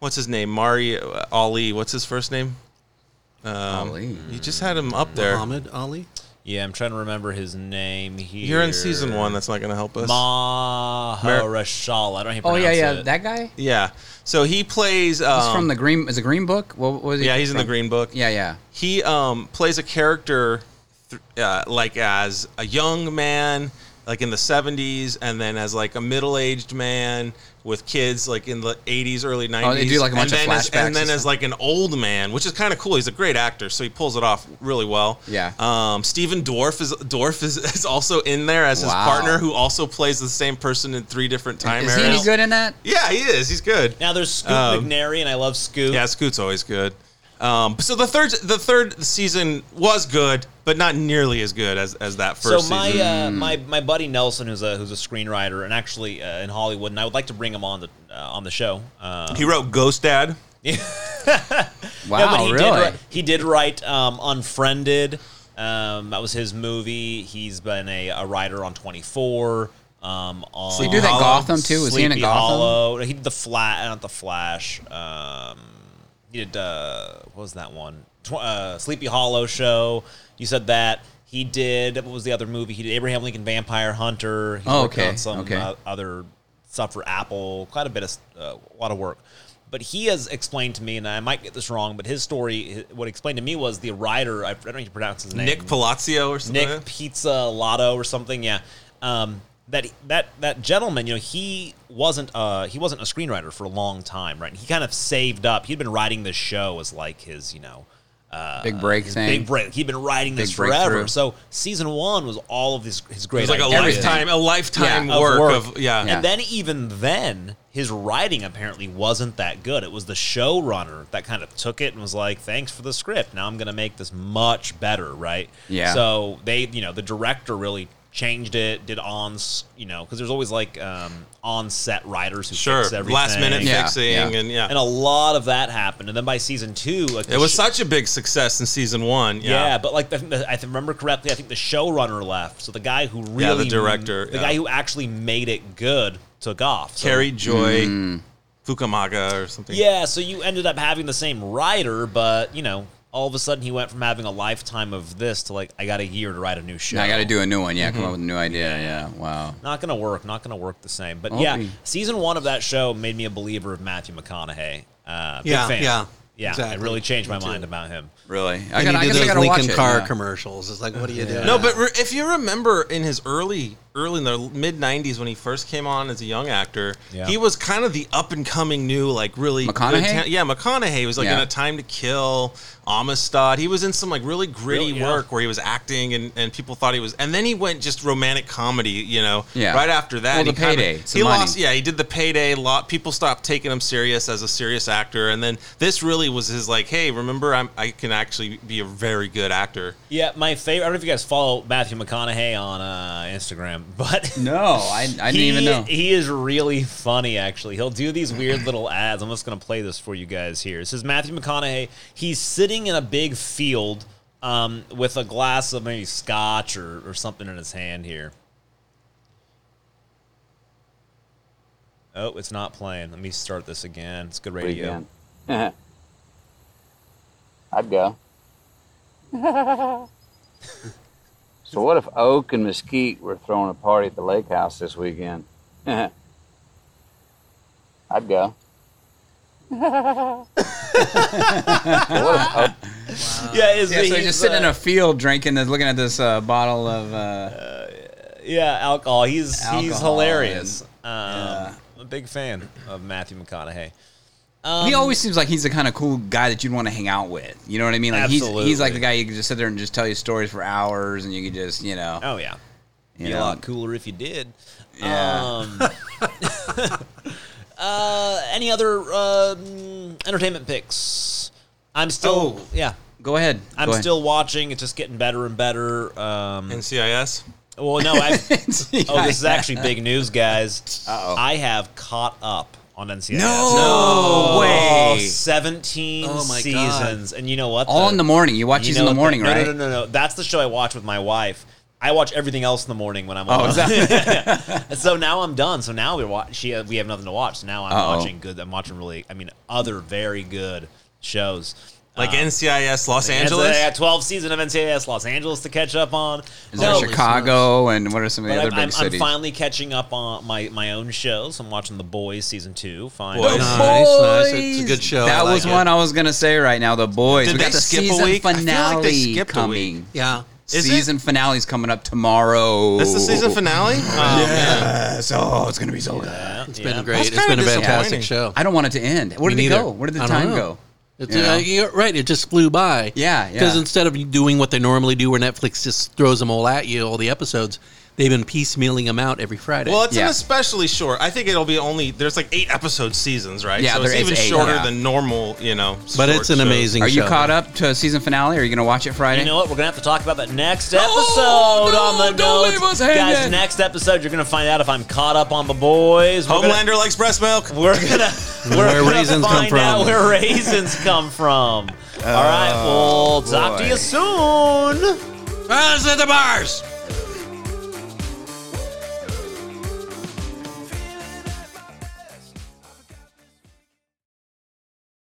D: what's his name, Mari uh, Ali. What's his first name?
B: Golly.
D: You just had him up there.
C: Muhammad Ali.
A: yeah, I'm trying to remember his name here.
D: You're in season one. That's not going to help us.
A: Mahershala. I don't know how
B: Oh
A: you
B: yeah, yeah.
A: pronounce it.
B: That guy.
D: Yeah. So he plays. Um,
B: He's from the green. Is it Green Book? What what was he?
D: yeah, he's in the
B: from?
D: Green Book.
B: Yeah, yeah.
D: he um, plays a character th- uh, like as a young man like in the 70s and then as like a middle-aged man with kids like in the 80s early 90s
B: Oh, do, like, a bunch
D: and
B: of
D: then as,
B: flashbacks
D: and then
B: and
D: as
B: stuff.
D: like an old man which is kind of cool he's a great actor so he pulls it off really well
B: Yeah.
D: um Stephen Dorff is Dorff is, (laughs) is also in there as his
B: Wow.
D: partner who also plays the same person in three different time
B: Is he
D: eras
B: any good in that?
D: yeah he is he's good
A: Now there's Scoot
D: Um,
A: McNairy, and I love Scoot.
D: yeah, Scoot's always good. Um, so the third the third season was good, but not nearly as good as, as that
A: So
D: first
A: my
D: season.
A: uh, my my buddy Nelson, who's a who's a screenwriter and actually uh, in Hollywood, and I would like to bring him on the uh, on the show. Uh,
D: he wrote Ghost Dad.
A: no,
B: Wow,
A: but he
B: really?
A: did write, he did write um, Unfriended. Um, that was his movie. He's been a, a writer on Twenty Four. Um, on
B: They do that
D: Hollow,
B: Gotham too. Is
A: Sleepy
B: he in a Gotham?
A: Hollow. He did the Flat, not the Flash. Um, he did uh, what was that one? Tw- uh, Sleepy Hollow show. You said that he did. What was the other movie? He did Abraham Lincoln Vampire Hunter. He's
B: Oh,
A: worked
B: okay,
A: On some
B: okay.
A: uh, other stuff for Apple. Quite a bit of uh, a lot of work. But he has explained to me, and I might get this wrong, but his story, what he explained to me was the writer. I don't know how you pronounce his name.
D: Nick Palazzo or something.
A: Nick
D: like that?
A: Pizza Lotto or something. Yeah. Um, that that that gentleman, you know, he wasn't uh he wasn't a screenwriter for a long time, right? And he kind of saved up. He'd been writing this show as like his, you know, uh,
B: Big break
A: his
B: thing.
A: Big break. He'd been writing this
B: Big
A: forever.
B: breakthrough.
A: So season one was all of his his
D: It
A: great
D: was like a
A: ideas.
B: Everything.
D: lifetime a lifetime
B: Yeah, of
D: work,
B: work.
D: of yeah.
B: Yeah.
A: And then even then, his writing apparently wasn't that good. It was the showrunner that kind of took it and was like, "Thanks for the script. Now I'm going to make this much better." Right?
B: Yeah.
A: So they, you know, the director really changed it. Did on, s- you know, because there's always like um, on set writers who
D: Sure.
A: fix everything.
D: Last minute
B: Yeah,
D: fixing
B: yeah.
D: and yeah.
A: and a lot of that happened. And then by season two, like
D: it was
A: such.
D: such a big success in season one.
A: Yeah,
D: Yeah.
A: but like the, the, I th- remember correctly, I think the showrunner left, so the guy who really,
D: Yeah, the director,
A: the
D: yeah.
A: guy who actually made it good, took off. So,
D: Carrie Joy Fukumaga or something.
A: yeah, so you ended up having the same writer, but you know, all of a sudden he went from having a lifetime of this to like I got a year to write a new show.
B: Now I got to do a new one. Yeah, come up with a new idea. Yeah, wow.
A: Not gonna work. Not gonna work the same. But
B: Okay.
A: yeah, season one of that show made me a believer of Matthew McConaughey. Uh, big
C: Yeah,
A: fan.
C: yeah,
A: yeah. It
C: exactly.
A: really changed my
C: Me
A: mind
C: too.
A: about him.
B: Really? I,
C: And
B: gotta, I guess
C: he did
B: I
C: those
B: gotta watch
C: Lincoln
B: it.
C: car
B: yeah.
C: commercials. It's like, what do you do?
D: No, but re- if you remember in his early, early in the mid '90s when he first came on as a young actor,
A: Yeah.
D: he was kind of the up and coming new, like really good
B: McConaughey?
D: ta- yeah, McConaughey was like in
B: Yeah.
D: a Time to Kill, Amistad. He was in some like really gritty
A: Really, yeah.
D: work where he was acting, and, and people thought he was. And then he went just romantic comedy, you know.
B: Yeah.
D: Right after that,
B: Well, the
D: he kinda-
B: Payday, it's the
D: he
B: money.
D: lost. Yeah, he did the payday. A lot people stopped taking him serious as a serious actor, and then this really was his like, hey, remember I'm, I can actually be a very good actor.
A: Yeah, my favorite. I don't know if you guys follow Matthew McConaughey on uh, Instagram, (laughs) but
B: No, I, I didn't even know.
A: He is really funny, actually. He'll do these weird little ads. I'm just going to play this for you guys here. This is Matthew McConaughey. He's sitting in a big field um, with a glass of maybe scotch or, or something in his hand here. Oh, it's not playing. Let me start this again. It's good radio.
F: Again. I'd go. (laughs) so what if Oak and Mesquite were throwing a party at the lake house this weekend? (laughs) I'd go. so what if Oak
A: Yeah, is
B: Yeah, so he's
A: he's,
B: just sitting in
A: uh,
B: a field drinking, this, looking at this uh, bottle of. Uh,
A: yeah alcohol. He's he's
B: Alcohol
A: hilarious. Um,
B: yeah.
A: I'm a big fan of Matthew McConaughey.
B: he
D: Um,
B: always seems like he's the kind of cool guy that you'd want to hang out with. You know what I mean? Like he's he's like
A: Absolutely.
B: the guy you can just sit there and just tell you stories for hours, and you can just you know.
A: Oh yeah. Be a
B: know.
A: lot cooler if you did.
B: Yeah. (laughs)
A: Um, (laughs) uh, any other um, entertainment picks? I'm still,
B: Oh.
A: yeah,
B: Go ahead.
A: I'm
B: Go ahead. (laughs)
A: still watching. It's just getting better and better. Um,
D: NCIS.
A: well, no,
B: (laughs)
A: I. Oh, this is
B: Yeah.
A: actually big news, guys. I have caught up on NCIS.
B: No, way.
A: 17
C: Oh
A: Oh,
C: my God.
A: seasons. And you know what?
B: All in the morning. You watch
A: you
B: these
A: know
B: in the
A: what
B: morning,
A: no,
B: right?
A: No, no, no, no. That's the show I watch with my wife. I watch everything else in the morning when I'm
B: Oh,
A: alone.
B: is
A: (laughs) And so now I'm done. So now we watch. She uh, we have nothing to watch. So now I'm
B: Uh-oh.
A: watching good. I'm watching really. I mean, other very good shows.
D: Like
A: Uh,
D: NCIS Los
A: and so
D: Angeles.
A: I got 12 season of NCIS Los Angeles to catch up on.
B: Is there
A: No,
B: Chicago and what are some of the
A: but
B: other
A: I'm,
B: big
A: I'm, I'm
B: cities?
A: finally catching up on my, my own shows. I'm watching The Boys season two. Finally,
D: Boys.
C: Nice, nice. It's a
B: Boys.
C: good show. I
B: That
C: like
B: was
C: it.
B: one I was gonna say right now. The boys.
D: Did
B: we
D: they
B: got the
D: skip a
B: season
D: week? I feel
B: finale
D: like they skipped a
B: coming.
D: week.
C: Yeah.
D: Is it?
B: season finale's coming up tomorrow.
D: That's the season finale.
C: Uh,
D: Oh, man.
B: Yes. Oh, it's gonna be so good.
A: Yeah,
C: It's
A: yeah.
C: been great. It's
D: kinda
C: been a
D: disappointing.
C: fantastic show.
B: I don't want it to end. Where did
C: Me
B: it
C: neither.
B: go? Where did the
C: I don't
B: time
C: know.
B: go?
C: It's,
B: You know?
C: uh, you're right. It just flew by.
B: Yeah, yeah.
C: Because instead of doing what they normally do, where Netflix just throws them all at you, all the episodes, they've been piecemealing them out every Friday.
D: Well, it's an
B: Yeah.
D: especially short. I think it'll be only there's like eight episode seasons, right?
B: Yeah,
D: so
B: there
D: it's
B: is
D: even
B: eight,
D: shorter
B: yeah.
D: than normal, you know.
C: but
D: short
C: it's an
D: shows.
C: amazing.
B: Are you
C: show.
B: caught up to season finale? Are you gonna watch it Friday?
A: You know what? We're gonna have to talk about that next episode
B: Eh? Oh, no,
A: on the
B: don't
A: notes,
B: leave us hanging.
A: guys. Next episode, you're gonna find out if I'm caught up on the boys. We're
D: Homelander likes breast milk.
A: Gonna, we're
B: (laughs)
A: gonna we're
C: Where
A: gonna
C: raisins come
A: find
C: from.
A: out where raisins come from. All right, we'll talk to
B: Oh, boy.
A: you soon.
C: Rise at the bars.